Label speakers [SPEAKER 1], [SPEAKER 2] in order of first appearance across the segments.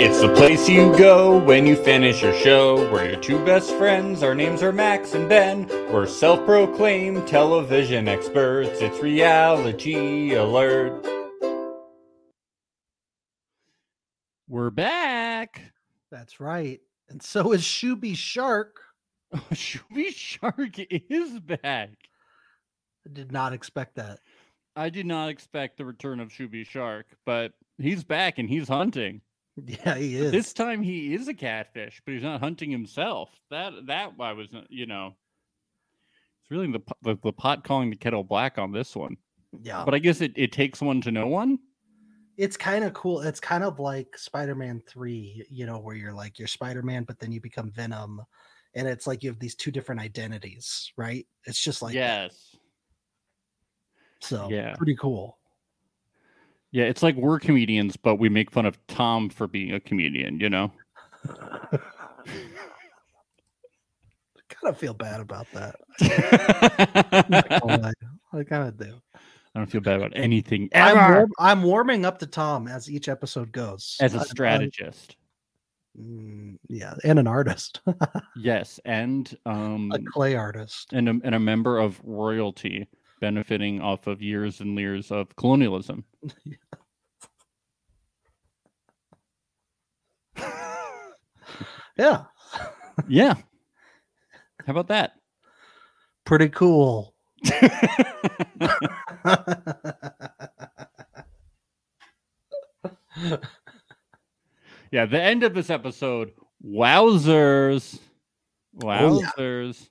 [SPEAKER 1] It's the place you go when you finish your show. We're your two best friends. Our names are Max and Ben. We're self proclaimed television experts. It's reality alert.
[SPEAKER 2] We're back.
[SPEAKER 3] That's right. And so is Shooby Shark.
[SPEAKER 2] Shooby Shark is back.
[SPEAKER 3] I did not expect that.
[SPEAKER 2] I did not expect the return of Shooby Shark, but he's back and he's hunting.
[SPEAKER 3] Yeah, he is.
[SPEAKER 2] This time he is a catfish, but he's not hunting himself. That that I was, uh, you know, it's really the po- the, the pot calling the kettle black on this one.
[SPEAKER 3] yeah.
[SPEAKER 2] But I guess it, it takes one to know one.
[SPEAKER 3] It's kind of cool. It's kind of like Spider Man 3, you know, where you're like, you're Spider Man, but then you become Venom. And it's like you have these two different identities, right? It's just like, that.
[SPEAKER 2] yes.
[SPEAKER 3] So,
[SPEAKER 2] Yeah.
[SPEAKER 3] pretty cool.
[SPEAKER 2] Yeah, it's like we're comedians, but we make fun of Tom for being a comedian, you know?
[SPEAKER 3] kind of feel bad about that. Not
[SPEAKER 2] I
[SPEAKER 3] gonna lie. I kind of do.
[SPEAKER 2] don't feel bad about anything
[SPEAKER 3] I'm,
[SPEAKER 2] ever.
[SPEAKER 3] warm, I'm warming up to Tom as each episode goes.
[SPEAKER 2] as
[SPEAKER 3] I'm-
[SPEAKER 2] a
[SPEAKER 3] I'm-
[SPEAKER 2] strategist.
[SPEAKER 3] Mm, yeah, and an artist,
[SPEAKER 2] Yes, and um,
[SPEAKER 3] a clay artist.
[SPEAKER 2] and a, and a member of royalty benefiting off of years and years of colonialism.
[SPEAKER 3] Yeah,
[SPEAKER 2] Yeah. How about that?
[SPEAKER 3] pretty cool.
[SPEAKER 2] yeah, the end of this episode. Wowzers.
[SPEAKER 3] Oh, yeah.
[SPEAKER 2] Wowzers.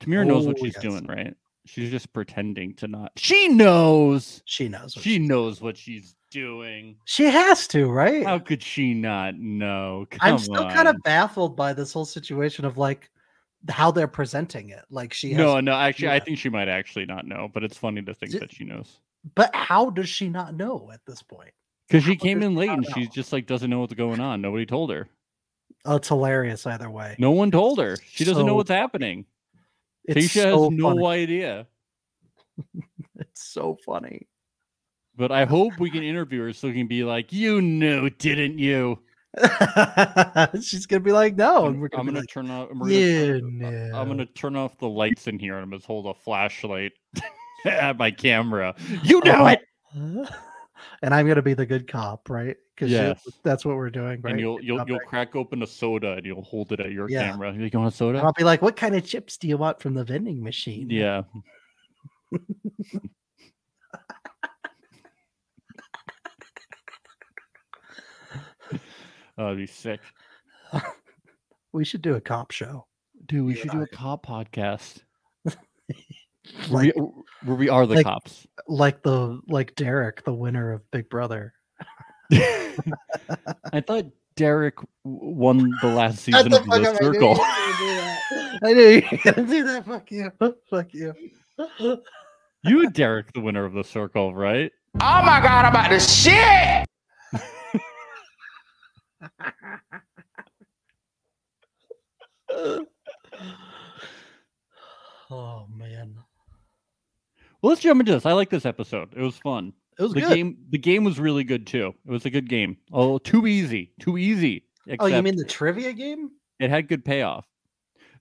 [SPEAKER 2] Tamir knows what
[SPEAKER 3] Oh,
[SPEAKER 2] she's
[SPEAKER 3] yes.
[SPEAKER 2] doing, right? She's just pretending to not. She knows.
[SPEAKER 3] she knows. What
[SPEAKER 2] She knows what she's doing.
[SPEAKER 3] she has to, right?
[SPEAKER 2] How could she not know? Oh, Come
[SPEAKER 3] I'm still kind
[SPEAKER 2] on.
[SPEAKER 3] of baffled by this whole situation of like how they're presenting it. Like she has,
[SPEAKER 2] no, no. Actually, I
[SPEAKER 3] yeah.
[SPEAKER 2] think she might actually not know, but it's funny to think
[SPEAKER 3] Ju-
[SPEAKER 2] that she knows
[SPEAKER 3] but how does she not know at this point?
[SPEAKER 2] because she
[SPEAKER 3] how
[SPEAKER 2] came
[SPEAKER 3] does
[SPEAKER 2] in
[SPEAKER 3] she
[SPEAKER 2] late
[SPEAKER 3] not
[SPEAKER 2] and she
[SPEAKER 3] know?
[SPEAKER 2] just like doesn't know what's going on. Nobody told her.
[SPEAKER 3] Oh, it's hilarious either way.
[SPEAKER 2] No one told her. She doesn't know
[SPEAKER 3] So
[SPEAKER 2] what's happening.
[SPEAKER 3] It's
[SPEAKER 2] Tisha
[SPEAKER 3] so
[SPEAKER 2] has no
[SPEAKER 3] funny.
[SPEAKER 2] idea.
[SPEAKER 3] It's so funny.
[SPEAKER 2] But I hope we can interview her so we can be like, "You knew, didn't you?"
[SPEAKER 3] She's gonna be like, no, and
[SPEAKER 2] I'm
[SPEAKER 3] Oh, we're
[SPEAKER 2] gonna,
[SPEAKER 3] gonna, be
[SPEAKER 2] turn off. I'm
[SPEAKER 3] like,
[SPEAKER 2] gonna,
[SPEAKER 3] yeah,
[SPEAKER 2] turn- I'm
[SPEAKER 3] no."
[SPEAKER 2] gonna turn off the lights in here and I'm just hold a flashlight at my camera. You know
[SPEAKER 3] Oh,
[SPEAKER 2] it,
[SPEAKER 3] Huh? and I'm gonna be the good cop, right? Because
[SPEAKER 2] Yes.
[SPEAKER 3] that's what we're doing, right?
[SPEAKER 2] and you'll
[SPEAKER 3] Good
[SPEAKER 2] you'll
[SPEAKER 3] cop
[SPEAKER 2] you'll
[SPEAKER 3] act.
[SPEAKER 2] crack open a soda and you'll hold it at your
[SPEAKER 3] Yeah.
[SPEAKER 2] camera. You like, "You want a
[SPEAKER 3] And
[SPEAKER 2] soda?
[SPEAKER 3] I'll be like, "What kind of chips do you want from the vending machine?"
[SPEAKER 2] Yeah. Oh, that'd be sick.
[SPEAKER 3] we should do a cop show.
[SPEAKER 2] Dude, we
[SPEAKER 3] You
[SPEAKER 2] should
[SPEAKER 3] and
[SPEAKER 2] do a cop podcast.
[SPEAKER 3] Like,
[SPEAKER 2] where, we, where we are the
[SPEAKER 3] like-
[SPEAKER 2] cops.
[SPEAKER 3] like the like Derek, the winner of Big Brother.
[SPEAKER 2] I thought Derek w- won the last season of The Circle.
[SPEAKER 3] I knew you were gonna do that. Fuck you. Fuck you.
[SPEAKER 2] You and Derek, the winner of The Circle, right?
[SPEAKER 4] Oh my god, I'm about to shit!
[SPEAKER 3] oh man,
[SPEAKER 2] Well, let's jump into this. I like this episode. It was fun.
[SPEAKER 3] it was
[SPEAKER 2] the
[SPEAKER 3] good.
[SPEAKER 2] game, the game was really good too. It was a good game. Oh, too easy, too easy.
[SPEAKER 3] oh, you
[SPEAKER 2] except-
[SPEAKER 3] mean the trivia game?
[SPEAKER 2] It had good payoff.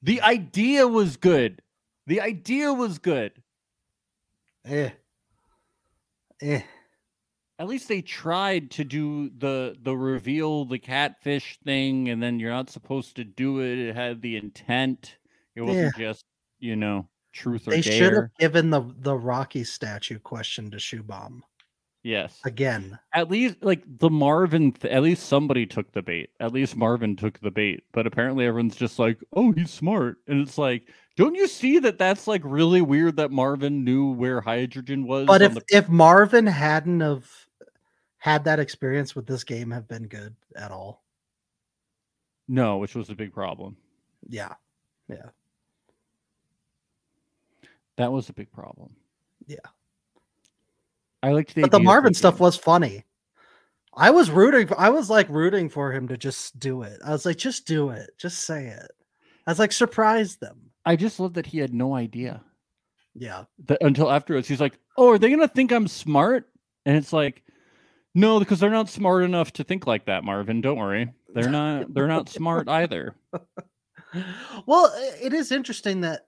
[SPEAKER 2] The idea was good. The idea was good.
[SPEAKER 3] Eh. Eh.
[SPEAKER 2] At least they tried to do the the reveal the catfish thing, and then you're not supposed to do it. It had the intent. It wasn't just you know truth or
[SPEAKER 3] They should have
[SPEAKER 2] dare.
[SPEAKER 3] given the the Rocky statue question to Shoe Bomb
[SPEAKER 2] Yes.
[SPEAKER 3] again.
[SPEAKER 2] At least like the Marvin. Th- at least somebody took the bait. At least Marvin took the bait. But apparently everyone's just like, oh, he's smart, and it's like. Don't you see that that's like really weird that Marvin knew where hydrogen was?
[SPEAKER 3] But
[SPEAKER 2] on
[SPEAKER 3] if
[SPEAKER 2] the-
[SPEAKER 3] if Marvin hadn't have had that experience, would this game have been good at all?
[SPEAKER 2] No, which was a big problem.
[SPEAKER 3] Yeah,
[SPEAKER 2] That was a big problem.
[SPEAKER 3] Yeah.
[SPEAKER 2] I liked the
[SPEAKER 3] but the
[SPEAKER 2] idea of
[SPEAKER 3] Marvin stuff
[SPEAKER 2] game.
[SPEAKER 3] was funny. I was rooting. I was like rooting for him to just do it. I was like, just do it. Just say it. I was like, surprise them.
[SPEAKER 2] I just love that he had no idea
[SPEAKER 3] Yeah,
[SPEAKER 2] that until afterwards. He's like, "Oh, are they gonna think I'm smart?" And it's like, No, because they're not smart enough to think like that, Marvin. Don't worry. They're not they're not smart either.
[SPEAKER 3] Well, i- it is interesting that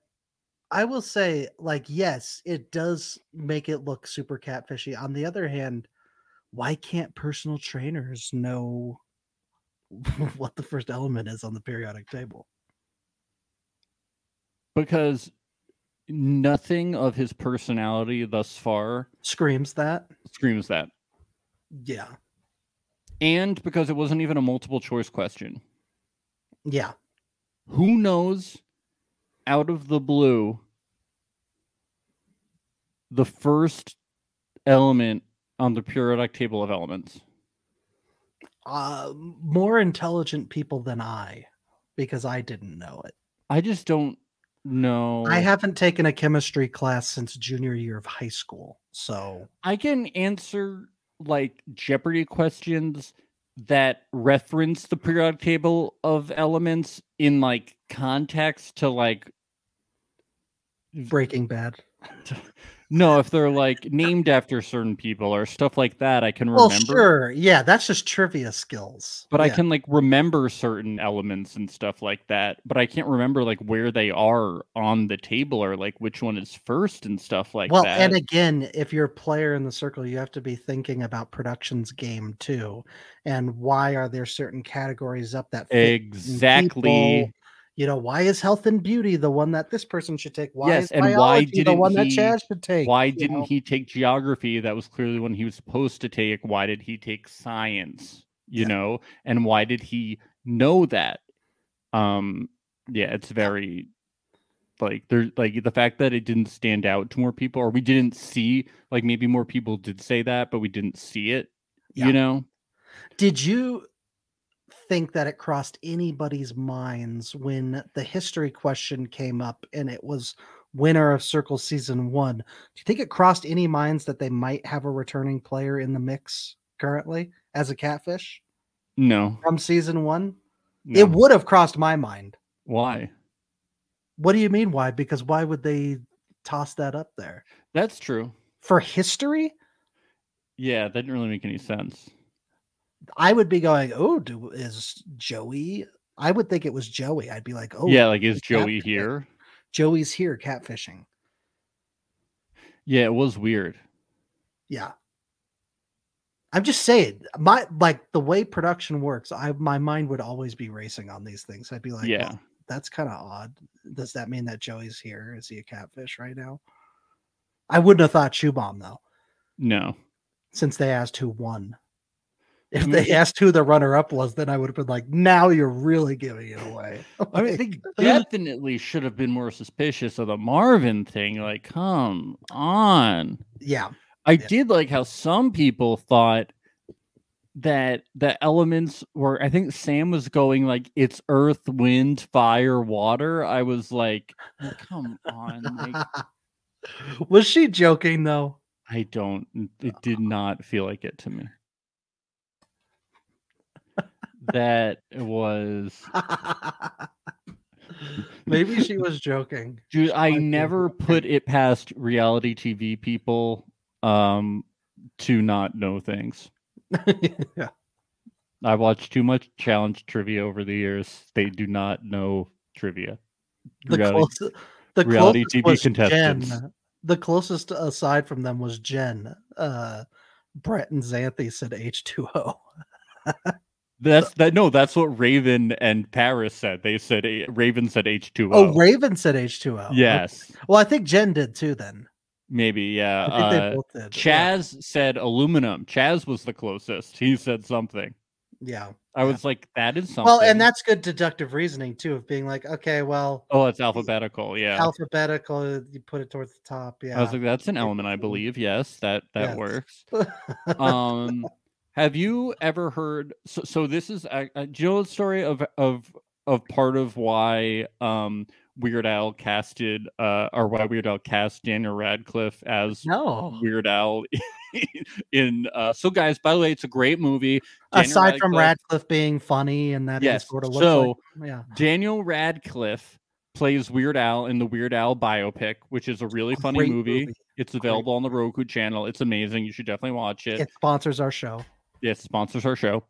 [SPEAKER 3] I will say, like, yes, it does make it look super catfishy. On the other hand, why can't personal trainers know what the first element is on the periodic table?
[SPEAKER 2] Because nothing of his personality thus far
[SPEAKER 3] Screams that.
[SPEAKER 2] screams that.
[SPEAKER 3] Yeah.
[SPEAKER 2] And because it wasn't even a multiple choice question.
[SPEAKER 3] Yeah.
[SPEAKER 2] Who knows out of the blue the first element on the periodic table of elements?
[SPEAKER 3] Uh, more intelligent people than I, because I didn't know it.
[SPEAKER 2] I just don't know.
[SPEAKER 3] I haven't taken a chemistry class since junior year of high school. So,
[SPEAKER 2] I can answer like Jeopardy questions that reference the periodic table of elements in like context to like
[SPEAKER 3] Breaking Bad.
[SPEAKER 2] no, if they're like named after certain people or stuff like that, I can
[SPEAKER 3] Well,
[SPEAKER 2] remember.
[SPEAKER 3] sure. Yeah, that's just trivia skills.
[SPEAKER 2] But I
[SPEAKER 3] Yeah.
[SPEAKER 2] can like remember certain elements and stuff like that, but I can't remember like where they are on the table or like which one is first and stuff like
[SPEAKER 3] well,
[SPEAKER 2] that.
[SPEAKER 3] and again, if you're a player in the circle, you have to be thinking about production's game too, and why are there certain categories up that fit certain
[SPEAKER 2] exactly.
[SPEAKER 3] people? You know, why is health and beauty the one that this person should take? Why
[SPEAKER 2] Yes,
[SPEAKER 3] is
[SPEAKER 2] and why
[SPEAKER 3] biology the
[SPEAKER 2] didn't
[SPEAKER 3] one that
[SPEAKER 2] he-
[SPEAKER 3] Chad should take?
[SPEAKER 2] Why
[SPEAKER 3] you
[SPEAKER 2] didn't
[SPEAKER 3] know?
[SPEAKER 2] he take geography? That was clearly one he was supposed to take. Why did he take science? You
[SPEAKER 3] Yeah.
[SPEAKER 2] know, and why did he know that? Um, yeah, it's very like there's like the fact that it didn't stand out to more people, or we didn't see like maybe more people did say that, but we didn't see it.
[SPEAKER 3] Yeah.
[SPEAKER 2] You know,
[SPEAKER 3] Did you think that it crossed anybody's minds when the history question came up and it was winner of Circle Season 1? Do you think it crossed any minds that they might have a returning player in the mix currently as a catfish
[SPEAKER 2] no,
[SPEAKER 3] from Season 1?
[SPEAKER 2] no.
[SPEAKER 3] It would have crossed my mind.
[SPEAKER 2] why?
[SPEAKER 3] What do you mean why? Because why would they toss that up there?
[SPEAKER 2] That's true.
[SPEAKER 3] For history?
[SPEAKER 2] Yeah, that didn't really make any sense.
[SPEAKER 3] I would be going, "Oh, do is Joey?" I would think it was Joey. I'd be like, "Oh,
[SPEAKER 2] yeah, like is
[SPEAKER 3] it's that
[SPEAKER 2] Joey
[SPEAKER 3] bad.
[SPEAKER 2] here?
[SPEAKER 3] Joey's here catfishing."
[SPEAKER 2] Yeah, it was weird.
[SPEAKER 3] Yeah. I'm just saying, my like the way production works, I my mind would always be racing on these things. I'd be like, uh
[SPEAKER 2] yeah.
[SPEAKER 3] yeah, that's kind of odd. Does that mean that Joey's here? Is he a catfish right now? I wouldn't have thought shoe bomb though,
[SPEAKER 2] No.
[SPEAKER 3] since they asked who won.
[SPEAKER 2] I
[SPEAKER 3] If
[SPEAKER 2] mean,
[SPEAKER 3] they
[SPEAKER 2] it-
[SPEAKER 3] asked who the runner up was, then I would have been like, now you're really giving it away.
[SPEAKER 2] I mean,
[SPEAKER 3] Like,
[SPEAKER 2] they definitely should have been more suspicious of the Marvin thing. Like, come on.
[SPEAKER 3] yeah,
[SPEAKER 2] I
[SPEAKER 3] Yeah.
[SPEAKER 2] did like how some people thought that the elements were, I think Sam was going like, it's earth, wind, fire, water. I was like, "Oh, come on. like,
[SPEAKER 3] was she joking though?
[SPEAKER 2] I don't, it did not feel like it to me. That was
[SPEAKER 3] Maybe she was joking.
[SPEAKER 2] Dude, I
[SPEAKER 3] Might be.
[SPEAKER 2] never put it past reality TV people um to not know things.
[SPEAKER 3] yeah.
[SPEAKER 2] I've watched too much challenge trivia over the years. They do not know trivia.
[SPEAKER 3] the
[SPEAKER 2] Reality-
[SPEAKER 3] closest the
[SPEAKER 2] reality
[SPEAKER 3] closest
[SPEAKER 2] TV
[SPEAKER 3] was
[SPEAKER 2] contestants.
[SPEAKER 3] Jen. The closest aside from them was Jen. Uh, Brett and Xanthi said H two O. Oh,
[SPEAKER 2] That's that no, that's what Raven and Paris said. They said eh, Raven said H2O.
[SPEAKER 3] Oh, Raven said H two O.
[SPEAKER 2] Yes.
[SPEAKER 3] Well, I think Jen did too. Then
[SPEAKER 2] Maybe, yeah.
[SPEAKER 3] I think
[SPEAKER 2] Uh,
[SPEAKER 3] they both did. yeah.
[SPEAKER 2] Chaz said aluminum. Chaz was the closest. He said something.
[SPEAKER 3] Yeah.
[SPEAKER 2] I
[SPEAKER 3] Yeah.
[SPEAKER 2] was like, that is something.
[SPEAKER 3] Well, and that's good deductive reasoning too, of being like, okay, well,
[SPEAKER 2] oh, it's alphabetical, yeah.
[SPEAKER 3] alphabetical, you put it towards the top. Yeah.
[SPEAKER 2] I was like, that's an
[SPEAKER 3] Yeah.
[SPEAKER 2] element, I believe. Yes, that that
[SPEAKER 3] Yes.
[SPEAKER 2] works. Um, have you ever heard? So, so this is a, a do you know the story of of of part of why um Weird Al casted uh or why Weird Al cast Daniel Radcliffe as
[SPEAKER 3] no.
[SPEAKER 2] Weird Al in uh. So, guys, by the way, it's a great movie. Daniel
[SPEAKER 3] Aside from Radcliffe being funny and that he
[SPEAKER 2] Yes,
[SPEAKER 3] sort of looks
[SPEAKER 2] so-
[SPEAKER 3] like, yeah.
[SPEAKER 2] Daniel Radcliffe plays Weird Al in the Weird Al biopic, which is a really funny
[SPEAKER 3] Great
[SPEAKER 2] movie. It's available on the Roku channel. It's amazing. You should definitely watch it.
[SPEAKER 3] It sponsors our show.
[SPEAKER 2] Yes, sponsors our show.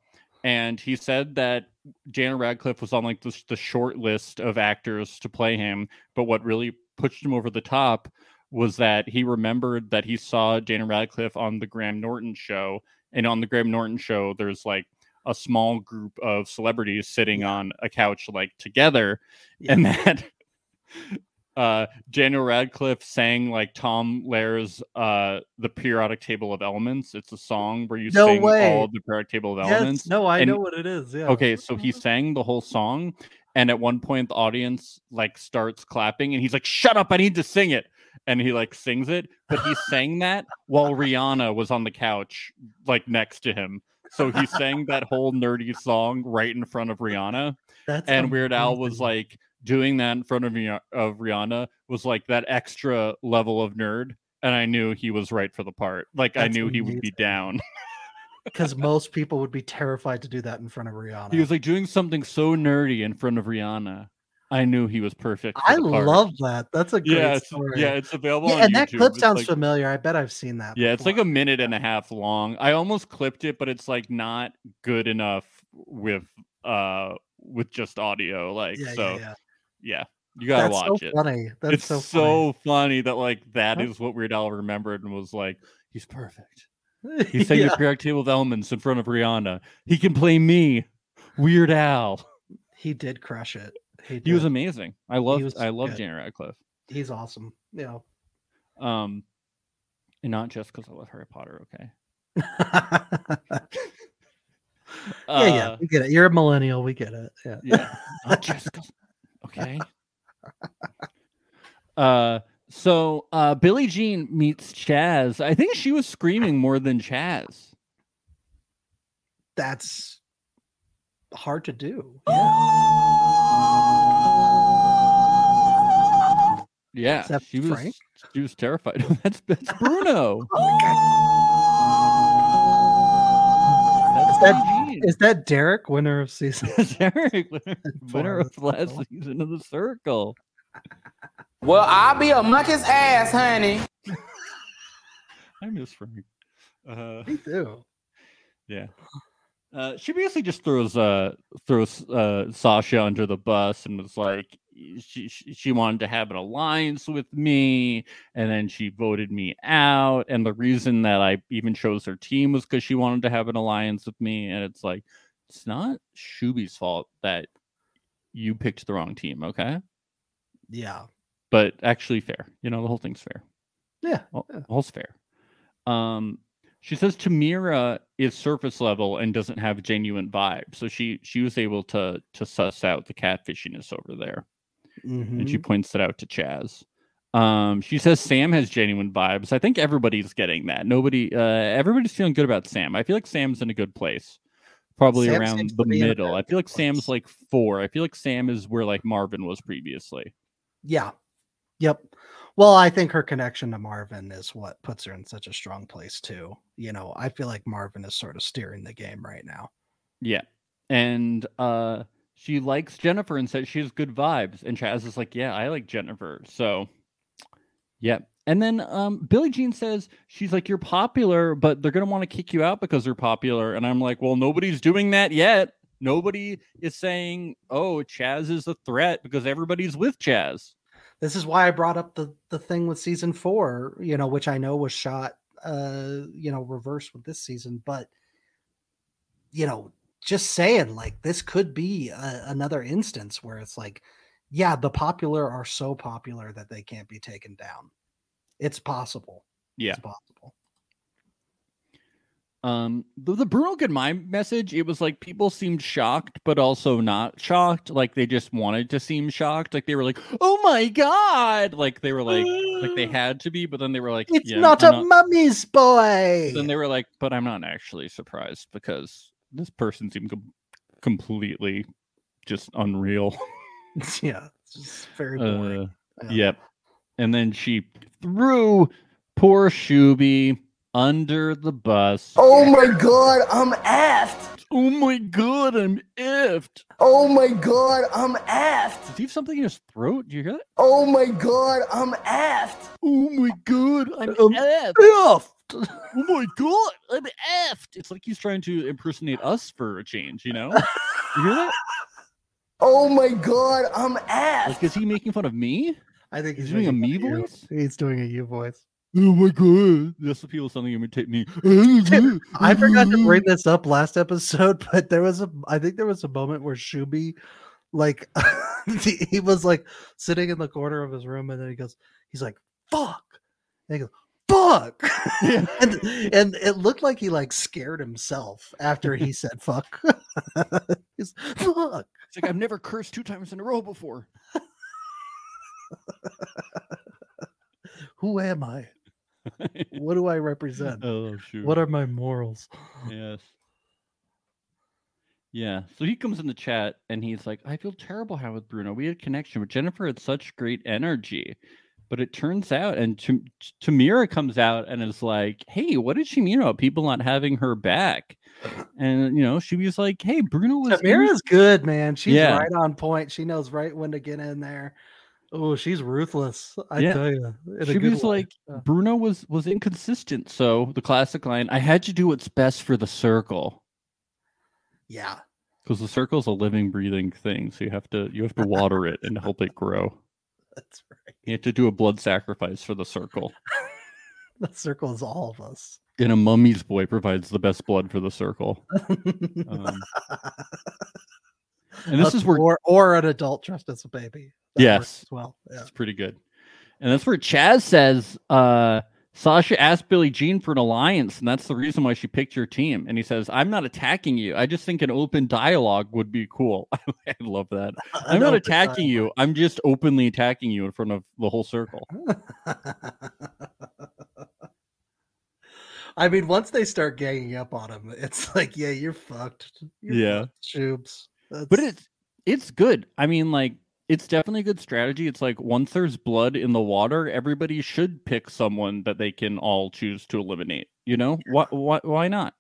[SPEAKER 2] And he said that Daniel Radcliffe was on like the, the short list of actors to play him. But what really pushed him over the top was that he remembered that he saw Daniel Radcliffe on the Graham Norton show. And on the Graham Norton show, there's like a small group of celebrities sitting on a couch like together.
[SPEAKER 3] Yeah.
[SPEAKER 2] And that uh Daniel Radcliffe sang like Tom Laird's uh The Periodic Table of Elements. It's a song where you
[SPEAKER 3] No
[SPEAKER 2] sing
[SPEAKER 3] way.
[SPEAKER 2] all of the periodic table of
[SPEAKER 3] Yes,
[SPEAKER 2] elements.
[SPEAKER 3] no, I
[SPEAKER 2] and-
[SPEAKER 3] know what it is. Yeah.
[SPEAKER 2] Okay, so he sang the whole song, and at one point the audience like starts clapping, and he's like, "Shut up! I need to sing it." And he like sings it, but he sang that while Rihanna was on the couch, like next to him. So he sang that whole nerdy song right in front of Rihanna
[SPEAKER 3] That's
[SPEAKER 2] and Weird Al was
[SPEAKER 3] amazing.
[SPEAKER 2] like doing that in front of me of Rihanna was like that extra level of nerd, and I knew he was right for the part. Like I
[SPEAKER 3] That's
[SPEAKER 2] knew he would be down.
[SPEAKER 3] because most people would be terrified to do that in front of Rihanna.
[SPEAKER 2] He was like doing something so nerdy in front of Rihanna. I knew he was perfect. for
[SPEAKER 3] I
[SPEAKER 2] the part.
[SPEAKER 3] love that. That's a great
[SPEAKER 2] yeah, it's,
[SPEAKER 3] story.
[SPEAKER 2] yeah, it's available.
[SPEAKER 3] Yeah,
[SPEAKER 2] on
[SPEAKER 3] and that
[SPEAKER 2] YouTube.
[SPEAKER 3] clip
[SPEAKER 2] It's,
[SPEAKER 3] sounds
[SPEAKER 2] like-
[SPEAKER 3] familiar. I bet I've seen that.
[SPEAKER 2] Yeah, it's like
[SPEAKER 3] before.
[SPEAKER 2] a minute and a half long. I almost clipped it, but it's like not good enough with uh with just audio. Like
[SPEAKER 3] yeah,
[SPEAKER 2] so, yeah,
[SPEAKER 3] yeah, yeah.
[SPEAKER 2] you gotta
[SPEAKER 3] That's
[SPEAKER 2] watch
[SPEAKER 3] so
[SPEAKER 2] it.
[SPEAKER 3] funny. That's
[SPEAKER 2] it's so
[SPEAKER 3] so,
[SPEAKER 2] funny. that like that
[SPEAKER 3] Huh?
[SPEAKER 2] is what Weird Al remembered and was like, he's perfect.
[SPEAKER 3] funny.
[SPEAKER 2] He sang
[SPEAKER 3] yeah.
[SPEAKER 2] the periodic table of elements in front of Rihanna. He can play me, Weird Al.
[SPEAKER 3] he did crush it. He,
[SPEAKER 2] He was
[SPEAKER 3] did.
[SPEAKER 2] amazing. I love
[SPEAKER 3] was
[SPEAKER 2] I love
[SPEAKER 3] good.
[SPEAKER 2] Janet Radcliffe.
[SPEAKER 3] he's awesome. Yeah.
[SPEAKER 2] Um, and not just because I love Harry Potter. Okay.
[SPEAKER 3] yeah, yeah.
[SPEAKER 2] Uh,
[SPEAKER 3] We get it. You're a millennial. We get it. Yeah.
[SPEAKER 2] yeah. Not just 'cause- okay. Uh, so uh, Billie Jean meets Chaz. I think she was screaming more than Chaz.
[SPEAKER 3] That's hard to do. Yeah.
[SPEAKER 2] Yeah,
[SPEAKER 3] that
[SPEAKER 2] she was.
[SPEAKER 3] Frank? Oh,
[SPEAKER 2] She was terrified. that's that's Bruno. that's
[SPEAKER 3] Is that-
[SPEAKER 2] Billie Jean.
[SPEAKER 3] Is that Derek, winner of season?
[SPEAKER 2] That's Eric, winner, winner
[SPEAKER 3] Sorry,
[SPEAKER 2] of
[SPEAKER 3] that's
[SPEAKER 2] last
[SPEAKER 3] all.
[SPEAKER 2] season of the Circle.
[SPEAKER 4] Well, I'll be a monkey's ass, honey.
[SPEAKER 2] I miss Frank. Uh,
[SPEAKER 3] Me too.
[SPEAKER 2] uh, she basically just throws uh throws uh Sasha under the bus and was like she she she wanted to have an alliance with me and then she voted me out and the reason that I even chose her team was because she wanted to have an alliance with me and it's like it's not Shuby's fault that you picked the wrong team okay
[SPEAKER 3] Yeah.
[SPEAKER 2] but actually fair you know the whole thing's fair
[SPEAKER 3] Yeah.
[SPEAKER 2] all,
[SPEAKER 3] yeah.
[SPEAKER 2] all's fair. Um, she says Tamira is surface level and doesn't have genuine vibe, so she she was able to to suss out the catfishiness over there, and she
[SPEAKER 3] Mhm.
[SPEAKER 2] points it out to Chaz. Um, she says Sam has genuine vibes. I think everybody's getting that. Nobody, uh, everybody's feeling good about Sam. I feel like Sam's in a good place, probably
[SPEAKER 3] Sam
[SPEAKER 2] around
[SPEAKER 3] seems to
[SPEAKER 2] the
[SPEAKER 3] be in a
[SPEAKER 2] middle.
[SPEAKER 3] very
[SPEAKER 2] I
[SPEAKER 3] good
[SPEAKER 2] feel like Sam's
[SPEAKER 3] place.
[SPEAKER 2] like four. I feel like Sam is where like Marvin was previously.
[SPEAKER 3] Yeah. Yep. Well, I think her connection to Marvin is what puts her in such a strong place too. You know, I feel like Marvin is sort of steering the game right now.
[SPEAKER 2] Yeah. And uh she likes Jennifer and says she has good vibes. And Chaz is like, Yeah, I like Jennifer. So yeah. And then um Billie Jean says she's like, You're popular, but they're gonna want to kick you out because they're popular. And I'm like, Well, nobody's doing that yet. Nobody is saying, Oh, Chaz is a threat because everybody's with Chaz.
[SPEAKER 3] This is why I brought up the the thing with season 4, you know, which I know was shot uh, you know, reverse with this season, but you know, just saying like this could be a, another instance where it's like yeah, the popular are so popular that they can't be taken down. It's possible.
[SPEAKER 2] Yeah.
[SPEAKER 3] It's possible.
[SPEAKER 2] Um, the, the Bruno Goodmine message, it was like people seemed shocked, but also not shocked. Like they just wanted to seem shocked. Like they were like, "Oh my god!" Like they were like, like they had to be, but then they were like,
[SPEAKER 3] It's
[SPEAKER 2] yeah,
[SPEAKER 3] not
[SPEAKER 2] I'm
[SPEAKER 3] a mummy's boy.
[SPEAKER 2] Then they were like, "But I'm not actually surprised because this person seemed com- completely just unreal."
[SPEAKER 3] yeah, it's just very boring.
[SPEAKER 2] Uh,
[SPEAKER 3] Yeah.
[SPEAKER 2] Yep. And then she threw poor Shuby under the bus.
[SPEAKER 5] Oh my god, I'm effed.
[SPEAKER 2] oh my god, I'm effed.
[SPEAKER 5] Oh my god, I'm effed.
[SPEAKER 2] Does he have something in his throat? Do you hear that?
[SPEAKER 5] Oh my god, I'm effed.
[SPEAKER 2] Oh my god, I'm
[SPEAKER 3] Um,
[SPEAKER 2] effed.
[SPEAKER 3] Enough. effed.
[SPEAKER 2] oh my god, I'm effed. It's like he's trying to impersonate us for a change, you know? You hear that?
[SPEAKER 5] Oh my god, I'm
[SPEAKER 2] Like,
[SPEAKER 5] effed.
[SPEAKER 2] is he making fun of me?
[SPEAKER 3] I think
[SPEAKER 2] He's doing a me voice?
[SPEAKER 3] He's doing a you voice.
[SPEAKER 2] Oh my god. That's what people suddenly imitate me.
[SPEAKER 3] I forgot to bring this up last episode, but there was a I think there was a moment where Shubi like he- he was like sitting in the corner of his room and then he goes, he's like, fuck. And he goes, fuck.
[SPEAKER 2] Yeah.
[SPEAKER 3] and and it looked like he like scared himself after he said fuck. he's fuck.
[SPEAKER 2] It's like I've never cursed two times in a row before.
[SPEAKER 3] Who am I? What do I represent?
[SPEAKER 2] oh shoot.
[SPEAKER 3] What are my morals?
[SPEAKER 2] Yes. Yeah. So he comes in the chat and he's like, I feel terrible how with Bruno. We had a connection, but Jennifer had such great energy. But it turns out, and Tam- Tamira comes out and is like, Hey, what did she mean about people not having her back? And, you know, she was like, Hey, Bruno was. in-
[SPEAKER 3] Tamira's good, man. She's
[SPEAKER 2] Yeah.
[SPEAKER 3] right on point. She knows right when to get in there. Oh, she's ruthless. I
[SPEAKER 2] Yeah.
[SPEAKER 3] tell you. in a
[SPEAKER 2] She
[SPEAKER 3] good
[SPEAKER 2] was
[SPEAKER 3] way.
[SPEAKER 2] like,
[SPEAKER 3] Yeah.
[SPEAKER 2] Bruno was was inconsistent. So the classic line, I had to do what's best for the circle.
[SPEAKER 3] yeah.
[SPEAKER 2] Because the circle's a living, breathing thing. So you have to you have to water it and help it grow.
[SPEAKER 3] That's right.
[SPEAKER 2] You have to do a blood sacrifice for the circle.
[SPEAKER 3] The circle is all of us.
[SPEAKER 2] And a mummy's boy provides the best blood for the circle. Um, and this
[SPEAKER 3] A-
[SPEAKER 2] is where
[SPEAKER 3] or, or an adult dressed as a baby. That works
[SPEAKER 2] Yes.
[SPEAKER 3] as Well, yeah.
[SPEAKER 2] it's pretty good. And that's where Chaz says, uh, Sasha asked Billie Jean for an alliance, and that's the reason why she picked your team. And he says, I'm not attacking you. I just think an open dialogue would be cool. I love that. I'm
[SPEAKER 3] uh,
[SPEAKER 2] not attacking you. I'm just openly attacking you in front of the whole circle.
[SPEAKER 3] I mean, once they start ganging up on him, it's like, yeah, you're fucked. You're
[SPEAKER 2] Yeah.
[SPEAKER 3] fucked, Shoops.
[SPEAKER 2] but
[SPEAKER 3] That's-
[SPEAKER 2] it's it's good i mean like it's definitely a good strategy it's like once there's blood in the water everybody should pick someone that they can all choose to eliminate you know why why, why not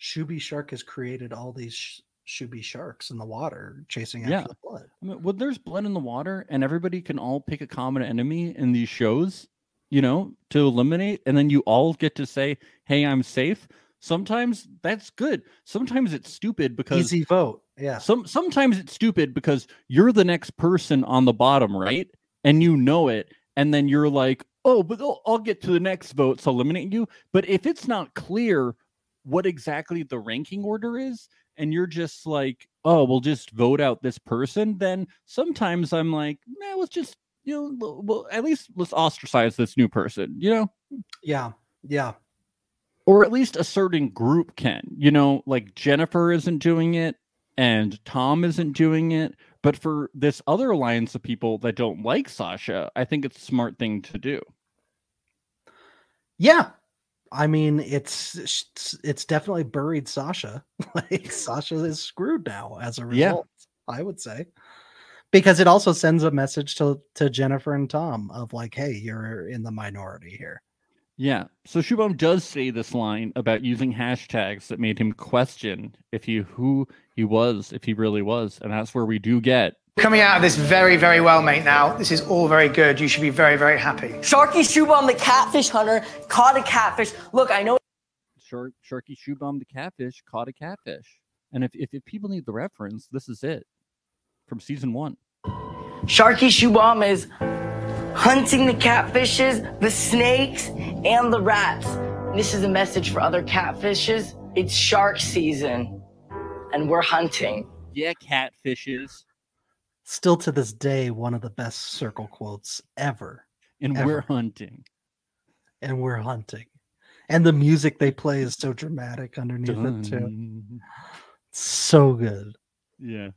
[SPEAKER 3] Shuby Shark has created all these sh- Shuby Sharks in the water chasing after
[SPEAKER 2] Yeah.
[SPEAKER 3] the blood.
[SPEAKER 2] I mean, when there's blood in the water and everybody can all pick a common enemy in these shows you know to eliminate and then you all get to say hey i'm safe sometimes that's good sometimes it's stupid because
[SPEAKER 3] Easy vote. Yeah.
[SPEAKER 2] Some sometimes it's stupid because you're the next person on the bottom, right? And you know it, and then you're like, "Oh, but I'll, I'll get to the next vote, so eliminate you." But if it's not clear what exactly the ranking order is, and you're just like, "Oh, we'll just vote out this person," then sometimes I'm like, "Man, let's just you know, l- well, at least let's ostracize this new person," you know
[SPEAKER 3] Yeah. Yeah.
[SPEAKER 2] or at least a certain group can. You know, like Jennifer isn't doing it and Tom isn't doing it. But for this other alliance of people that don't like Sasha, I think it's a smart thing to do.
[SPEAKER 3] Yeah. I mean, it's it's- it's definitely buried Sasha. Like Sasha is screwed now as a
[SPEAKER 2] Yeah.
[SPEAKER 3] result, I would say. Because it also sends a message to to Jennifer and Tom of like, hey, you're in the minority here.
[SPEAKER 2] Yeah. So Shubham does say this line about using hashtags that made him question if he who he was, if he really was. And that's where we do get
[SPEAKER 6] Coming out of this very, very well, mate, now. This is all very good. You should be very, very happy.
[SPEAKER 5] Sharky Shoebomb, the catfish hunter, caught a catfish. Look, I know
[SPEAKER 2] Shark Sharky Shoebum the catfish caught a catfish. And if, if if people need the reference, this is it from season one.
[SPEAKER 5] Sharky Shoebomb is hunting the catfishes, the snakes, and the rats. This is a message for other catfishes. It's shark season, and we're hunting.
[SPEAKER 2] Yeah, catfishes.
[SPEAKER 3] Still to this day, one of the best circle quotes ever.
[SPEAKER 2] and
[SPEAKER 3] Ever.
[SPEAKER 2] we're hunting.
[SPEAKER 3] And we're hunting. And the music they play is so dramatic underneath it too.
[SPEAKER 2] Dun.
[SPEAKER 3] So good.
[SPEAKER 2] Yeah.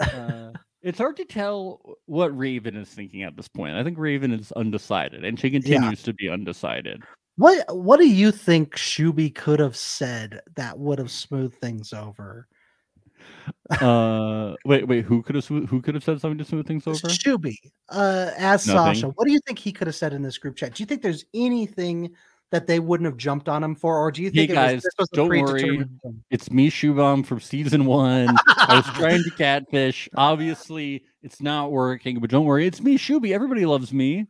[SPEAKER 2] Uh, it's hard to tell what Raven is thinking at this point. I think Raven is undecided, and she continues to be undecided.
[SPEAKER 3] What what do you think Shuby could have said that would have smoothed things over?
[SPEAKER 2] Uh, wait, wait, who could have who could have said something to smooth things over?
[SPEAKER 3] Shuby, uh, as
[SPEAKER 2] Nothing.
[SPEAKER 3] Sasha, what do you think he could have said in this group chat? Do you think there's anything that they wouldn't have jumped on him for, or do you
[SPEAKER 2] Hey,
[SPEAKER 3] think it
[SPEAKER 2] guys,
[SPEAKER 3] was, this was a
[SPEAKER 2] don't worry.
[SPEAKER 3] predetermined thing?
[SPEAKER 2] It's me, Shubham from season one. I was trying to catfish. Obviously, it's not working, but don't worry, it's me, Shuby. Everybody loves me.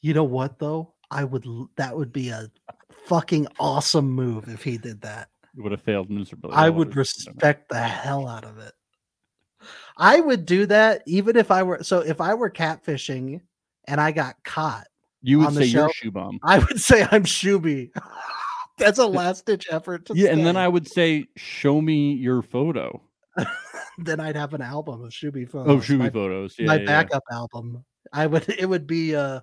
[SPEAKER 3] You know what though? I would. l- That would be a fucking awesome move if he did that.
[SPEAKER 2] You would have failed miserably.
[SPEAKER 3] I
[SPEAKER 2] all of
[SPEAKER 3] would
[SPEAKER 2] it, you know.
[SPEAKER 3] respect the hell out of it. I would do that even if I were so if I were catfishing and I got caught,
[SPEAKER 2] You would
[SPEAKER 3] on the
[SPEAKER 2] say you're
[SPEAKER 3] show.
[SPEAKER 2] shoe bomb.
[SPEAKER 3] I would say I'm Shuby. That's a last ditch effort to
[SPEAKER 2] Yeah, and then
[SPEAKER 3] stay.
[SPEAKER 2] I would say, show me your photo.
[SPEAKER 3] then I'd have an album of Shuby photos.
[SPEAKER 2] Oh, shoe
[SPEAKER 3] my,
[SPEAKER 2] photos. Yeah,
[SPEAKER 3] my
[SPEAKER 2] yeah, yeah.
[SPEAKER 3] backup album. I would it would be uh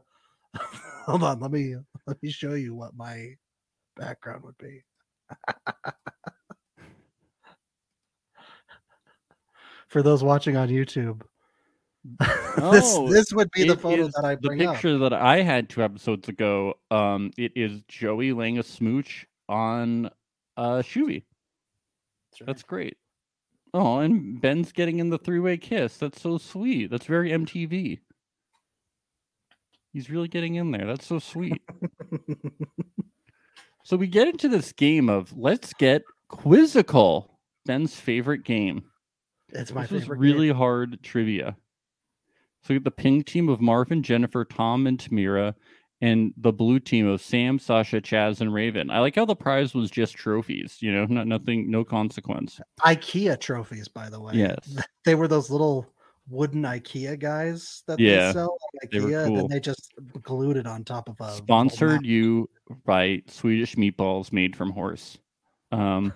[SPEAKER 3] hold on, let me let me show you what my background would be. For those watching on YouTube. this
[SPEAKER 2] Oh,
[SPEAKER 3] this would be the
[SPEAKER 2] It
[SPEAKER 3] photo
[SPEAKER 2] is
[SPEAKER 3] that I
[SPEAKER 2] the
[SPEAKER 3] bring up.
[SPEAKER 2] picture that I had two episodes ago. Um, it is Joey laying a smooch on uh Shuby. That's great. Oh, and Ben's getting in the three-way kiss. That's so sweet. That's very MTV. He's really getting in there. That's so sweet. so we get into this game of let's get quizzical. Ben's favorite game
[SPEAKER 3] It's my
[SPEAKER 2] this was
[SPEAKER 3] favorite.
[SPEAKER 2] really hard trivia. So we get the pink team of Marvin, Jennifer, Tom, and Tamira, and the blue team of Sam, Sasha, Chaz, and Raven. I like how the prize was just trophies. You know, not nothing, no consequence.
[SPEAKER 3] IKEA trophies, by the way.
[SPEAKER 2] Yes,
[SPEAKER 3] They were those little wooden IKEA guys that
[SPEAKER 2] Yeah,
[SPEAKER 3] they sell at IKEA,
[SPEAKER 2] they were
[SPEAKER 3] and
[SPEAKER 2] cool.
[SPEAKER 3] then they just glued it on top of a a
[SPEAKER 2] sponsored
[SPEAKER 3] map.
[SPEAKER 2] you by Swedish meatballs made from horse. Um,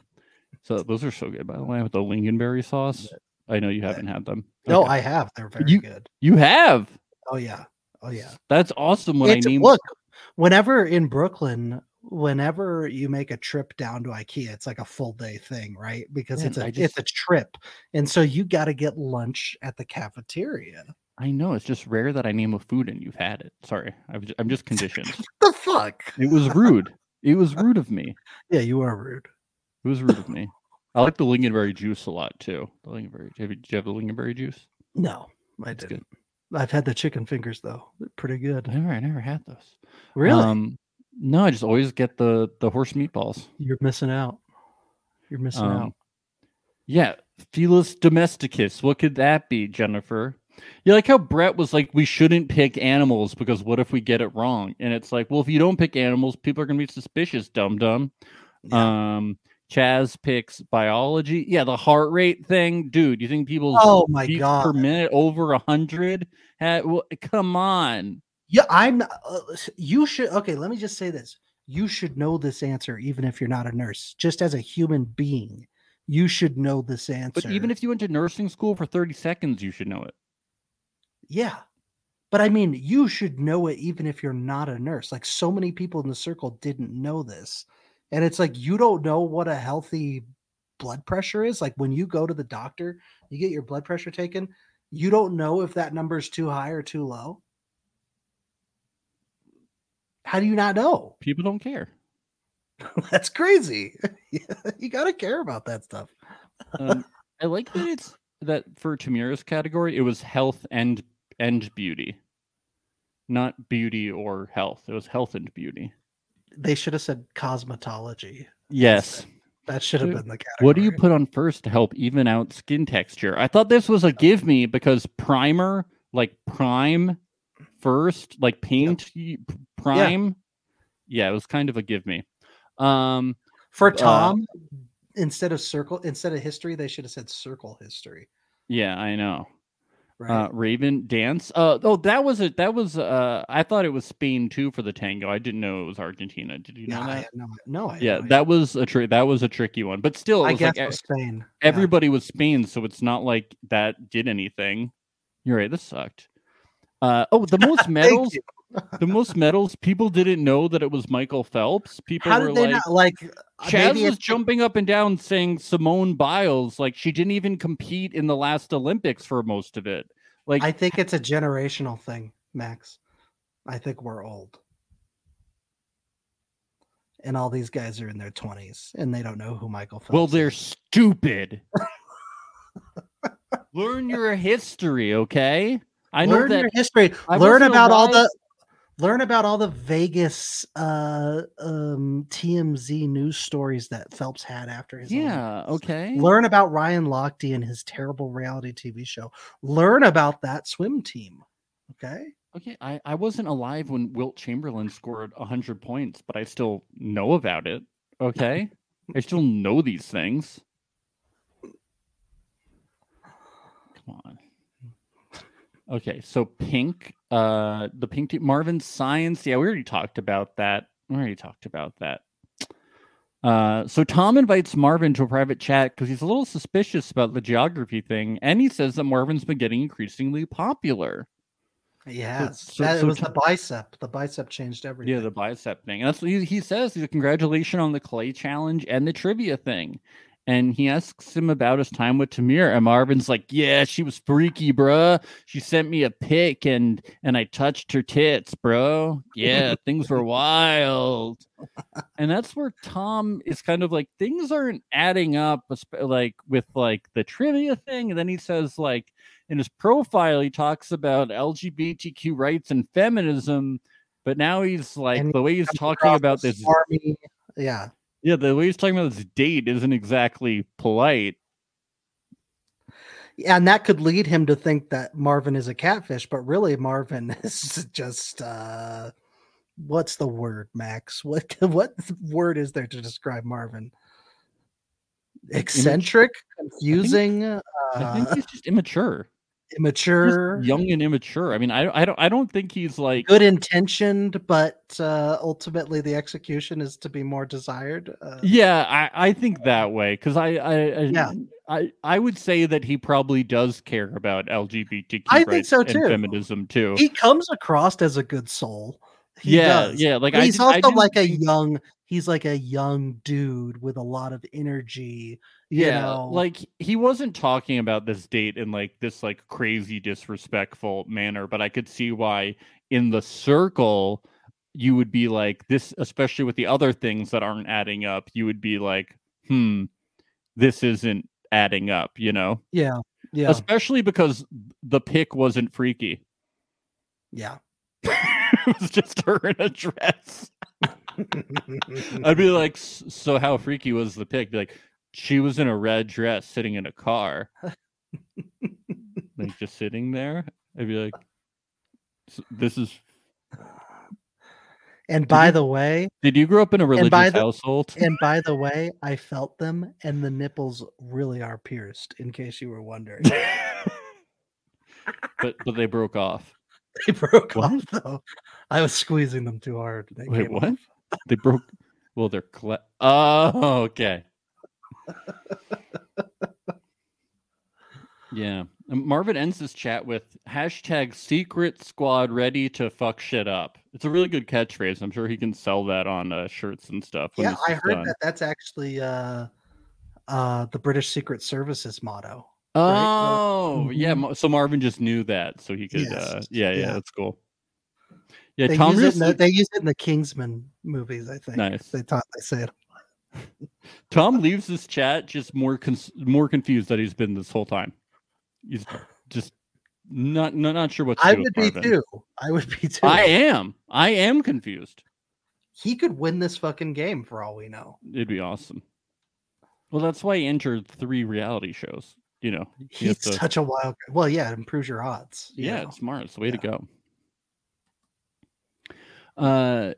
[SPEAKER 2] so those are so good, by the way, with the lingonberry sauce. I know you haven't had them.
[SPEAKER 3] No,
[SPEAKER 2] Okay.
[SPEAKER 3] I have. They're very
[SPEAKER 2] You-
[SPEAKER 3] good.
[SPEAKER 2] you have.
[SPEAKER 3] Oh yeah. Oh yeah.
[SPEAKER 2] That's awesome. When
[SPEAKER 3] It's-
[SPEAKER 2] I named
[SPEAKER 3] look, whenever in Brooklyn, whenever you make a trip down to IKEA, it's like a full day thing, right? Because it's
[SPEAKER 2] Man,
[SPEAKER 3] a
[SPEAKER 2] I
[SPEAKER 3] it's
[SPEAKER 2] just-
[SPEAKER 3] a trip, and so you got to get lunch at the cafeteria.
[SPEAKER 2] I know it's just rare that I name a food and you've had it. Sorry, I've ju- I'm just conditioned.
[SPEAKER 3] The fuck?
[SPEAKER 2] it was rude. It was rude of me.
[SPEAKER 3] Yeah, you are rude.
[SPEAKER 2] It was rude of me. I like the lingonberry juice a lot too. The lingonberry. Have you, do you have the lingonberry juice?
[SPEAKER 3] No, I
[SPEAKER 2] That's good.
[SPEAKER 3] didn't. I've had the chicken fingers though. They're pretty good.
[SPEAKER 2] I never, I never had those.
[SPEAKER 3] Really?
[SPEAKER 2] Um, no, I just always get the the horse meatballs.
[SPEAKER 3] You're missing out. You're missing out.
[SPEAKER 2] Um, yeah, Felis domesticus. What could that be, Jennifer? You like how Brett was like, we shouldn't pick animals because what if we get it wrong? And it's like, well, if you don't pick animals, people are gonna be suspicious, dum dum. Um, Chaz picks biology. Yeah, the heart rate thing, dude. You think people's
[SPEAKER 3] Oh my
[SPEAKER 2] beats
[SPEAKER 3] god.
[SPEAKER 2] per minute over a hundred? Ha- well, come on.
[SPEAKER 3] Yeah, I'm. not- Uh, s- you should. Okay, let me just say this. You should know this answer, even if you're not a nurse. Just as a human being, you should know this answer.
[SPEAKER 2] But even if you went to nursing school for thirty seconds, you should know it.
[SPEAKER 3] yeah, but I mean, you should know it, even if you're not a nurse. Like so many people in the circle didn't know this, and it's like you don't know what a healthy blood pressure is. Like when you go to the doctor, you get your blood pressure taken. You don't know if that number is too high or too low. How do you not know?
[SPEAKER 2] People don't care.
[SPEAKER 3] That's crazy. you got to care about that stuff.
[SPEAKER 2] um, I like that it's that for Tamira's category, it was health and and beauty, not beauty or health. It was health and beauty.
[SPEAKER 3] They should have said cosmetology.
[SPEAKER 2] Yes.
[SPEAKER 3] That should have
[SPEAKER 2] Dude,
[SPEAKER 3] been the category.
[SPEAKER 2] What do you put on first to help even out skin texture? I thought this was a give me because primer, like prime first, like paint y- p- prime. Yeah. it was kind of a give me. Um,
[SPEAKER 3] for
[SPEAKER 2] uh,
[SPEAKER 3] Tom? instead of circle, instead of history, they should have said circle history.
[SPEAKER 2] yeah, I know.
[SPEAKER 3] Right?
[SPEAKER 2] Uh, Raven dance. Uh, oh, that was it. That was. Uh, I thought it was Spain too for the tango. I didn't know it was Argentina. Did you
[SPEAKER 3] no,
[SPEAKER 2] know
[SPEAKER 3] I
[SPEAKER 2] that?
[SPEAKER 3] had no, no, I had
[SPEAKER 2] yeah,
[SPEAKER 3] no idea.
[SPEAKER 2] that was a tri- that was a tricky one. But still, it
[SPEAKER 3] I
[SPEAKER 2] was
[SPEAKER 3] guess
[SPEAKER 2] like e-
[SPEAKER 3] was Spain. Yeah.
[SPEAKER 2] everybody was Spain, so it's not like that did anything. You're right. This sucked. Uh, oh, the most
[SPEAKER 3] Thank
[SPEAKER 2] medals.
[SPEAKER 3] you.
[SPEAKER 2] The most medals. People didn't know that it was Michael Phelps. People
[SPEAKER 3] How
[SPEAKER 2] were
[SPEAKER 3] did they
[SPEAKER 2] like,
[SPEAKER 3] not like? uh,
[SPEAKER 2] Chaz
[SPEAKER 3] maybe
[SPEAKER 2] was
[SPEAKER 3] it's
[SPEAKER 2] jumping up and down saying Simone Biles. Like she didn't even compete in the last Olympics for most of it. Like
[SPEAKER 3] I think it's a generational thing, Max. I think we're old. And all these guys are in their 20s and they don't know who Michael Phelps
[SPEAKER 2] Well,
[SPEAKER 3] is.
[SPEAKER 2] they're stupid. Learn your history, okay? I know
[SPEAKER 3] learn
[SPEAKER 2] that
[SPEAKER 3] your history.
[SPEAKER 2] I
[SPEAKER 3] learn
[SPEAKER 2] wasn't
[SPEAKER 3] about all
[SPEAKER 2] alive-
[SPEAKER 3] the learn about all the Vegas uh um TMZ news stories that Phelps had after his Olympics.
[SPEAKER 2] Yeah, okay.
[SPEAKER 3] Learn about Ryan Lochte and his terrible reality TV show. Learn about that swim team. Okay.
[SPEAKER 2] Okay, I, I wasn't alive when Wilt Chamberlain scored 100 points, but I still know about it. Okay? I still know these things. Come on. Okay, so pink, uh the pink team Marvin Science. Yeah, we already talked about that. We already talked about that. Uh, so Tom invites Marvin to a private chat because he's a little suspicious about the geography thing, and he says that Marvin's been getting increasingly popular.
[SPEAKER 3] Yes,
[SPEAKER 2] so-
[SPEAKER 3] that
[SPEAKER 2] so
[SPEAKER 3] it was
[SPEAKER 2] t-
[SPEAKER 3] the bicep. The bicep changed everything.
[SPEAKER 2] Yeah, the bicep thing. And that's what he, he says. He's like, congratulations on the clay challenge and the trivia thing. And he asks him about his time with Tamir. And Marvin's like, Yeah, she was freaky, bruh. She sent me a pic and and I touched her tits, bro. Yeah, things were wild. And that's where Tom is kind of like, things aren't adding up, esp- like with like the trivia thing. And then he says, like, in his profile, he talks about LGBTQ rights and feminism. But now he's like
[SPEAKER 3] And
[SPEAKER 2] the way he's
[SPEAKER 3] Comes
[SPEAKER 2] talking
[SPEAKER 3] across
[SPEAKER 2] about
[SPEAKER 3] as
[SPEAKER 2] this.
[SPEAKER 3] army. Yeah,
[SPEAKER 2] Yeah, the way he's talking about this date isn't exactly polite.
[SPEAKER 3] and that could lead him to think that Marvin is a catfish, but really Marvin is just uh, what's the word, Max? What what word is there to describe Marvin? Eccentric, confusing,
[SPEAKER 2] I think
[SPEAKER 3] uh,
[SPEAKER 2] he's just immature, He's just
[SPEAKER 3] immature,
[SPEAKER 2] young and immature. I mean, I, I don't, I don't think he's like.
[SPEAKER 3] good intentioned, but uh, ultimately the execution is to be more desired. Uh,
[SPEAKER 2] Yeah, I, I think that way because I, I, I,
[SPEAKER 3] Yeah.
[SPEAKER 2] I, I would say that he probably does care about LGBTQ
[SPEAKER 3] I think
[SPEAKER 2] rights
[SPEAKER 3] so,
[SPEAKER 2] and
[SPEAKER 3] too.
[SPEAKER 2] feminism too.
[SPEAKER 3] he comes across as a good soul. He
[SPEAKER 2] yeah,
[SPEAKER 3] does.
[SPEAKER 2] yeah. Like
[SPEAKER 3] But
[SPEAKER 2] I,
[SPEAKER 3] he's
[SPEAKER 2] did- I
[SPEAKER 3] also
[SPEAKER 2] didn't
[SPEAKER 3] like a
[SPEAKER 2] think-
[SPEAKER 3] young. He's like a young dude with a lot of energy. You
[SPEAKER 2] yeah
[SPEAKER 3] know,
[SPEAKER 2] like he wasn't talking about this date in like this like crazy disrespectful manner but i could see why in the circle you would be like this especially with the other things that aren't adding up you would be like hmm this isn't adding up you know
[SPEAKER 3] yeah, yeah,
[SPEAKER 2] especially because the pick wasn't freaky
[SPEAKER 3] yeah.
[SPEAKER 2] it was just her in a dress i'd
[SPEAKER 3] Mm-hmm.
[SPEAKER 2] be like "S- so how freaky was the pick be like she was in a red dress sitting in a car like just sitting there. I'd be like, "S- "This is."
[SPEAKER 3] and by
[SPEAKER 2] you-
[SPEAKER 3] the way,
[SPEAKER 2] Did you grow up in a religious
[SPEAKER 3] by the-
[SPEAKER 2] household?
[SPEAKER 3] and by the way, I felt them, and the nipples really are pierced. In case you were wondering,
[SPEAKER 2] but but they broke off.
[SPEAKER 3] they broke
[SPEAKER 2] What?
[SPEAKER 3] off though. I was squeezing them too hard. They
[SPEAKER 2] Wait,
[SPEAKER 3] came
[SPEAKER 2] what?
[SPEAKER 3] off.
[SPEAKER 2] They broke. Well, they're cle- Oh, okay. yeah, And Marvin ends this chat with hashtag Secret Squad ready to fuck shit up. It's a really good catchphrase. I'm sure he can sell that on uh, shirts and stuff. when
[SPEAKER 3] Yeah,
[SPEAKER 2] this
[SPEAKER 3] I
[SPEAKER 2] is
[SPEAKER 3] heard
[SPEAKER 2] done.
[SPEAKER 3] that. That's actually uh, uh, the British Secret Service's motto. right?
[SPEAKER 2] Oh, yeah.
[SPEAKER 3] Mhm.
[SPEAKER 2] Ma- So Marvin just knew that, so he could.
[SPEAKER 3] Yes,
[SPEAKER 2] Uh, yeah, yeah,
[SPEAKER 3] yeah.
[SPEAKER 2] that's cool. Yeah,
[SPEAKER 3] they
[SPEAKER 2] Tom
[SPEAKER 3] use it in
[SPEAKER 2] really,
[SPEAKER 3] the, they use it in the Kingsman movies, I think.
[SPEAKER 2] Nice.
[SPEAKER 3] They taught they say it.
[SPEAKER 2] Tom leaves this chat just more cons- more confused that he's been this whole time. He's just not not, not sure what to
[SPEAKER 3] I
[SPEAKER 2] do
[SPEAKER 3] would
[SPEAKER 2] with
[SPEAKER 3] be
[SPEAKER 2] Marvin.
[SPEAKER 3] too. I would be too.
[SPEAKER 2] I am. I am confused.
[SPEAKER 3] he could win this fucking game for all we know.
[SPEAKER 2] It'd be awesome. Well, that's why he entered three reality shows. You know, he has
[SPEAKER 3] He's
[SPEAKER 2] to-
[SPEAKER 3] such a wild guy. Well, yeah, it improves your odds. you
[SPEAKER 2] Yeah,
[SPEAKER 3] know.
[SPEAKER 2] it's smart. It's the way to go. Uh,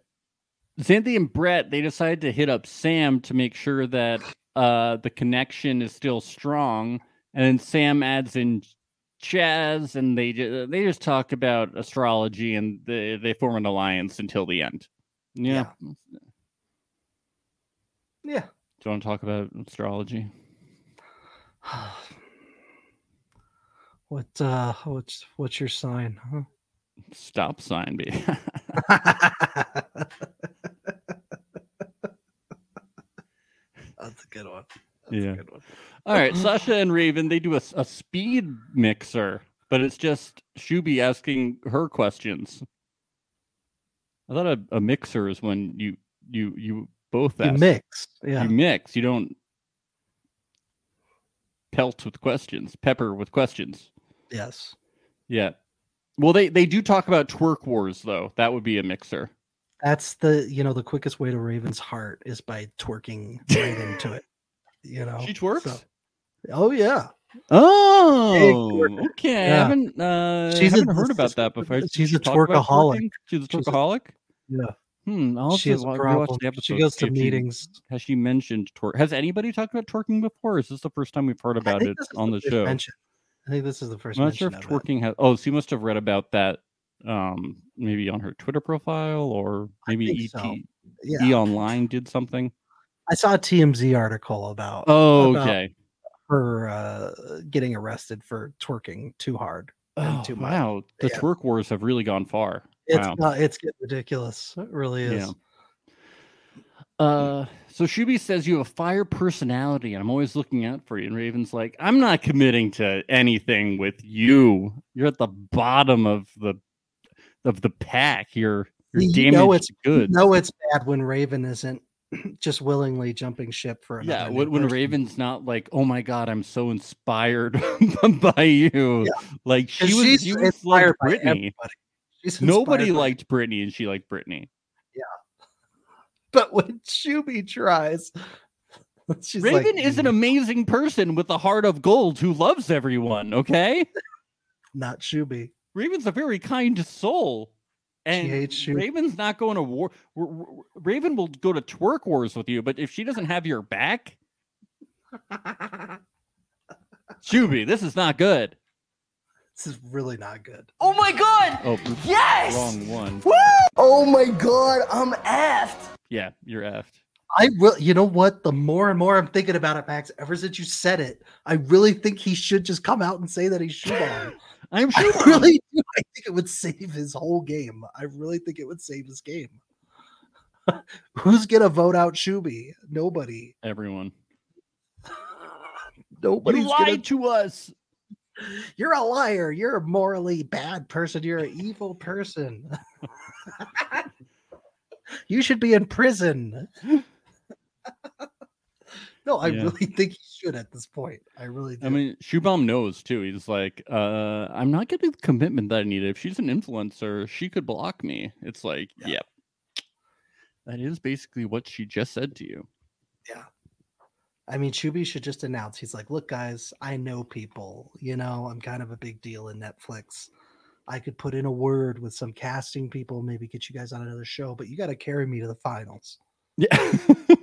[SPEAKER 2] Xanthi and Brett they decide to hit up Sam to make sure that uh the connection is still strong, and then Sam adds in Chaz, and they ju- they just talk about astrology, and they they form an alliance until the end. Yeah. Do
[SPEAKER 3] Yeah.
[SPEAKER 2] you want to talk about astrology?
[SPEAKER 3] What uh what's what's your sign?
[SPEAKER 2] Stop sign, B.
[SPEAKER 3] Huh? That's a good one. That's
[SPEAKER 2] Yeah.
[SPEAKER 3] a good one.
[SPEAKER 2] All right,
[SPEAKER 3] Mm-hmm.
[SPEAKER 2] Sasha and Raven, they do a, s- a speed mixer, but it's just Shuby asking her questions. I thought a, a mixer is when you you you both
[SPEAKER 3] You
[SPEAKER 2] ask.
[SPEAKER 3] mix. Yeah.
[SPEAKER 2] You mix. You don't pelt with questions, pepper with questions.
[SPEAKER 3] yes.
[SPEAKER 2] Yeah. Well, they they do talk about twerk wars though. That would be a mixer.
[SPEAKER 3] That's the you know the quickest way to Raven's heart is by twerking right into it. You know
[SPEAKER 2] she twerks.
[SPEAKER 3] so- Oh yeah,
[SPEAKER 2] Oh,
[SPEAKER 6] twerker.
[SPEAKER 2] okay. I
[SPEAKER 3] Yeah.
[SPEAKER 2] haven't, uh,
[SPEAKER 3] She's a-
[SPEAKER 2] haven't heard
[SPEAKER 3] this
[SPEAKER 2] about
[SPEAKER 3] is-
[SPEAKER 2] that before. Did
[SPEAKER 3] she's
[SPEAKER 2] she
[SPEAKER 3] a
[SPEAKER 2] talk about
[SPEAKER 3] twerkaholic.
[SPEAKER 2] twerking? She's a
[SPEAKER 3] She's a-
[SPEAKER 2] twerkaholic.
[SPEAKER 3] Yeah,
[SPEAKER 2] Hmm. I'll
[SPEAKER 3] she
[SPEAKER 2] have
[SPEAKER 3] has
[SPEAKER 2] to
[SPEAKER 3] a
[SPEAKER 2] wa- rewatch
[SPEAKER 3] problem.
[SPEAKER 2] the
[SPEAKER 3] She
[SPEAKER 2] episode to
[SPEAKER 3] goes
[SPEAKER 2] see
[SPEAKER 3] to
[SPEAKER 2] if she-
[SPEAKER 3] meetings.
[SPEAKER 2] has she mentioned twerk? Has anybody talked about twerking before? Is this the first time we've heard
[SPEAKER 3] I
[SPEAKER 2] about
[SPEAKER 3] think
[SPEAKER 2] it
[SPEAKER 3] this is
[SPEAKER 2] on the
[SPEAKER 3] first
[SPEAKER 2] show?
[SPEAKER 3] mention. I think this is the 1st
[SPEAKER 2] I'm not sure
[SPEAKER 3] mention.
[SPEAKER 2] if
[SPEAKER 3] of it.
[SPEAKER 2] twerking has. Oh, so you must have read about that, um, maybe on her Twitter profile or
[SPEAKER 3] I
[SPEAKER 2] maybe
[SPEAKER 3] think
[SPEAKER 2] ET,
[SPEAKER 3] so. Yeah,
[SPEAKER 2] E Online did something.
[SPEAKER 3] I saw a TMZ article about
[SPEAKER 2] Oh,
[SPEAKER 3] about
[SPEAKER 2] okay.
[SPEAKER 3] her uh, getting arrested for twerking too hard.
[SPEAKER 2] Oh,
[SPEAKER 3] and too much.
[SPEAKER 2] wow, the
[SPEAKER 3] Yeah.
[SPEAKER 2] twerk wars have really gone far.
[SPEAKER 3] It's
[SPEAKER 2] wow.
[SPEAKER 3] not, it's getting ridiculous. It really is.
[SPEAKER 2] Yeah.
[SPEAKER 3] Mm-hmm.
[SPEAKER 2] Uh, so Shuby says you have a fire personality, and I'm always looking out for you. And Raven's like, I'm not committing to anything with you. You're at the bottom of the of the pack. You're you're
[SPEAKER 3] You
[SPEAKER 2] damaged
[SPEAKER 3] know it's-
[SPEAKER 2] goods.
[SPEAKER 3] No, it's bad when Raven isn't just willingly jumping ship for another.
[SPEAKER 2] yeah,
[SPEAKER 3] new
[SPEAKER 2] when, when
[SPEAKER 3] person.
[SPEAKER 2] Raven's not like, oh my god, I'm so inspired by you. Like
[SPEAKER 3] 'Cause
[SPEAKER 2] she was,
[SPEAKER 3] she's
[SPEAKER 2] she was like
[SPEAKER 3] inspired by
[SPEAKER 2] Brittany.
[SPEAKER 3] everybody. She's
[SPEAKER 2] Nobody
[SPEAKER 3] inspired by-
[SPEAKER 2] liked Brittany, and she liked Brittany.
[SPEAKER 3] but when Shuby tries, she's like,
[SPEAKER 2] Raven is an
[SPEAKER 3] "Mm,
[SPEAKER 2] amazing person with a heart of gold who loves everyone. Okay.
[SPEAKER 3] not Shuby.
[SPEAKER 2] Raven's a very kind soul. And
[SPEAKER 3] hates you.
[SPEAKER 2] Raven's not going to war. r- r- r- Raven will go to twerk wars with you, but if she doesn't have your back, Shuby, this is not good.
[SPEAKER 3] This is really not good.
[SPEAKER 5] Oh my god!
[SPEAKER 2] Oh, oops,
[SPEAKER 5] Yes!
[SPEAKER 2] wrong one.
[SPEAKER 5] Woo! Oh my god, I'm effed.
[SPEAKER 2] Yeah, you're effed.
[SPEAKER 3] I will. You know what? The more and more I'm thinking about it, Max. Ever since you said it, I really think he should just come out and say that he's Shubon.
[SPEAKER 2] I'm
[SPEAKER 3] I
[SPEAKER 2] sure.
[SPEAKER 3] really do. I think it would save his whole game. I really think it would save his game. Who's gonna vote out Shuby? Nobody.
[SPEAKER 2] Everyone.
[SPEAKER 3] Nobody's gonna.
[SPEAKER 2] to us.
[SPEAKER 3] You're a liar. You're a morally bad person. You're an evil person. you should be in prison. no, I
[SPEAKER 2] Yeah.
[SPEAKER 3] really think he should at this point. I really do.
[SPEAKER 2] I mean, Shubom knows too. He's like, uh, I'm not getting the commitment that I need. If she's an influencer, she could block me. It's like, yep. That is basically what she just said to you.
[SPEAKER 3] I mean, Chuby should just announce. He's like, "Look, guys, I know people. You know, I'm kind of a big deal in Netflix. I could put in a word with some casting people, maybe get you guys on another show, but you got to carry me to the finals."
[SPEAKER 2] Yeah.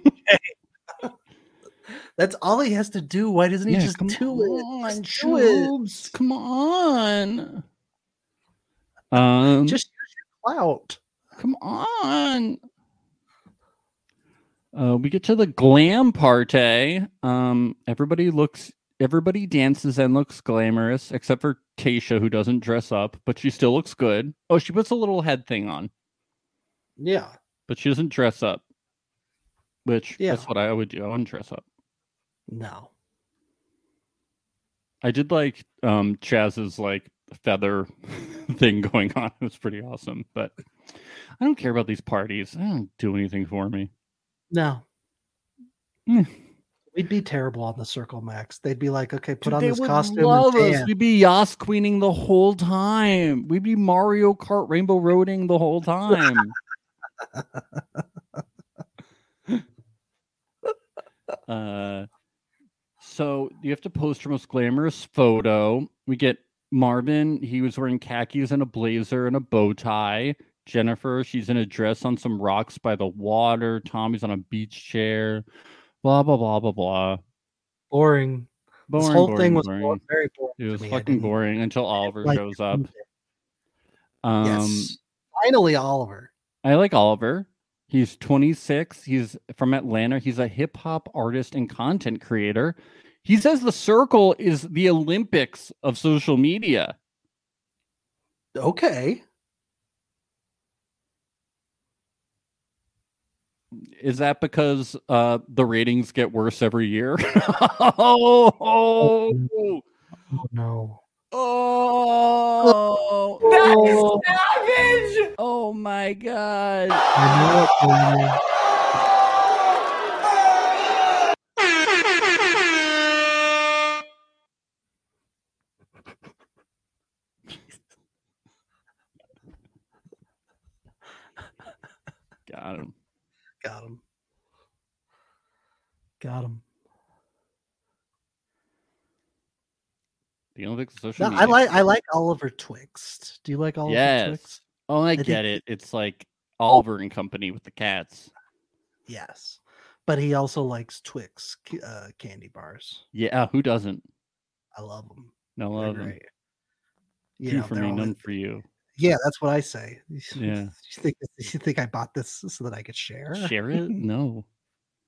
[SPEAKER 3] That's all he has to do. Why doesn't he
[SPEAKER 2] Yeah,
[SPEAKER 3] just
[SPEAKER 2] come
[SPEAKER 3] do it?
[SPEAKER 2] on,
[SPEAKER 3] Just do it.
[SPEAKER 2] Shubes, Come on. Um,
[SPEAKER 3] Just use your clout.
[SPEAKER 2] come on. Uh, we get to the glam party. Um, everybody looks, everybody dances and looks glamorous, except for Tasha, who doesn't dress up, but she still looks good. Oh, she puts a little head thing on,
[SPEAKER 3] Yeah,
[SPEAKER 2] but she doesn't dress up. Which
[SPEAKER 3] Yeah.
[SPEAKER 2] that's what I would do. I wouldn't dress up.
[SPEAKER 3] no.
[SPEAKER 2] I did like um Chaz's like feather thing going on. It was pretty awesome, but I don't care about these parties. They don't do anything for me.
[SPEAKER 3] No.
[SPEAKER 2] Hmm.
[SPEAKER 3] We'd be terrible on the circle, Max. They'd be like, okay, put
[SPEAKER 2] Dude,
[SPEAKER 3] on
[SPEAKER 2] they
[SPEAKER 3] this
[SPEAKER 2] would
[SPEAKER 3] costume.
[SPEAKER 2] love
[SPEAKER 3] and
[SPEAKER 2] us.
[SPEAKER 3] tan."
[SPEAKER 2] We'd be Yas Queening the whole time. We'd be Mario Kart Rainbow Roading the whole time. uh, so you have to post your most glamorous photo. We get Marvin. He was wearing khakis and a blazer and a bow tie. Jennifer, she's in a dress on some rocks by the water. Tommy's on a beach chair. Blah blah blah blah blah.
[SPEAKER 3] Boring.
[SPEAKER 2] Boring,
[SPEAKER 3] this whole
[SPEAKER 2] boring,
[SPEAKER 3] thing was
[SPEAKER 2] boring.
[SPEAKER 3] bo- very boring.
[SPEAKER 2] It
[SPEAKER 3] to
[SPEAKER 2] was
[SPEAKER 3] me. I
[SPEAKER 2] fucking
[SPEAKER 3] didn't-
[SPEAKER 2] boring until Oliver
[SPEAKER 3] like
[SPEAKER 2] shows up.
[SPEAKER 3] anything.
[SPEAKER 2] Um,
[SPEAKER 3] yes. Finally, Oliver.
[SPEAKER 2] I like Oliver. He's 26. He's from Atlanta. He's a hip hop artist and content creator. He says the circle is the Olympics of social media.
[SPEAKER 3] Okay.
[SPEAKER 2] Is that because uh, the ratings get worse every year? oh, oh,
[SPEAKER 3] Oh, no.
[SPEAKER 2] oh,
[SPEAKER 5] That is
[SPEAKER 2] oh,
[SPEAKER 5] savage!
[SPEAKER 2] oh my God.
[SPEAKER 3] I knew it, Jamie.
[SPEAKER 2] Got him.
[SPEAKER 3] Got him. Got him.
[SPEAKER 2] The Olympics of social
[SPEAKER 3] No,
[SPEAKER 2] media.
[SPEAKER 3] I like I like Oliver Twixt. Do you like Oliver Twixt?
[SPEAKER 2] Yes. Oh, I
[SPEAKER 3] think-
[SPEAKER 2] get it. It's like Oliver and Company with the cats.
[SPEAKER 3] Yes. But he also likes Twix c- uh, candy bars.
[SPEAKER 2] Yeah, who doesn't?
[SPEAKER 3] I love them.
[SPEAKER 2] No
[SPEAKER 3] They're
[SPEAKER 2] love. 'em.
[SPEAKER 3] great. You
[SPEAKER 2] Two
[SPEAKER 3] know,
[SPEAKER 2] for
[SPEAKER 3] they're
[SPEAKER 2] me,
[SPEAKER 3] all
[SPEAKER 2] none
[SPEAKER 3] in-
[SPEAKER 2] for you.
[SPEAKER 3] Yeah, that's what I say.
[SPEAKER 2] Yeah.
[SPEAKER 3] you think you think I bought this so that I could share?
[SPEAKER 2] Share it? No.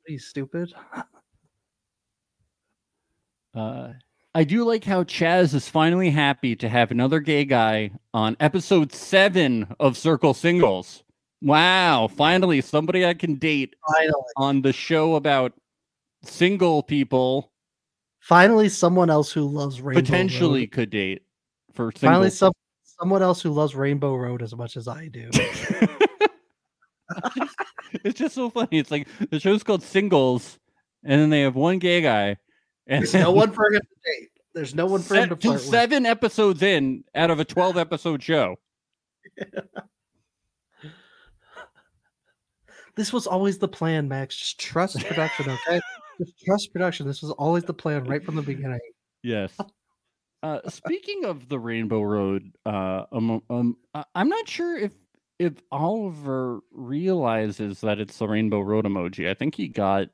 [SPEAKER 3] Are you stupid?
[SPEAKER 2] Uh, I do like how Chaz is finally happy to have another gay guy on episode seven of Circle Singles. Wow, finally somebody I can date
[SPEAKER 3] Finally,
[SPEAKER 2] on the show about single people
[SPEAKER 3] finally, someone else who loves Rainbow
[SPEAKER 2] potentially
[SPEAKER 3] Road.
[SPEAKER 2] could date for single.
[SPEAKER 3] Finally, some someone else who loves Rainbow Road as much as I do.
[SPEAKER 2] it's just so funny. It's like the show's called Singles, and then they have one gay guy, and
[SPEAKER 3] There's no
[SPEAKER 2] then
[SPEAKER 3] one for him to date. There's no one for him to
[SPEAKER 2] se- to
[SPEAKER 3] flirt with.
[SPEAKER 2] seven episodes in out of a twelve episode show.
[SPEAKER 3] This was always the plan, Max. Just trust production, okay? Just trust production. This was always the plan right from the beginning.
[SPEAKER 2] Yes. Uh, speaking of the Rainbow Road, uh, um, um, I- I'm not sure if if Oliver realizes that it's the Rainbow Road emoji. I think he got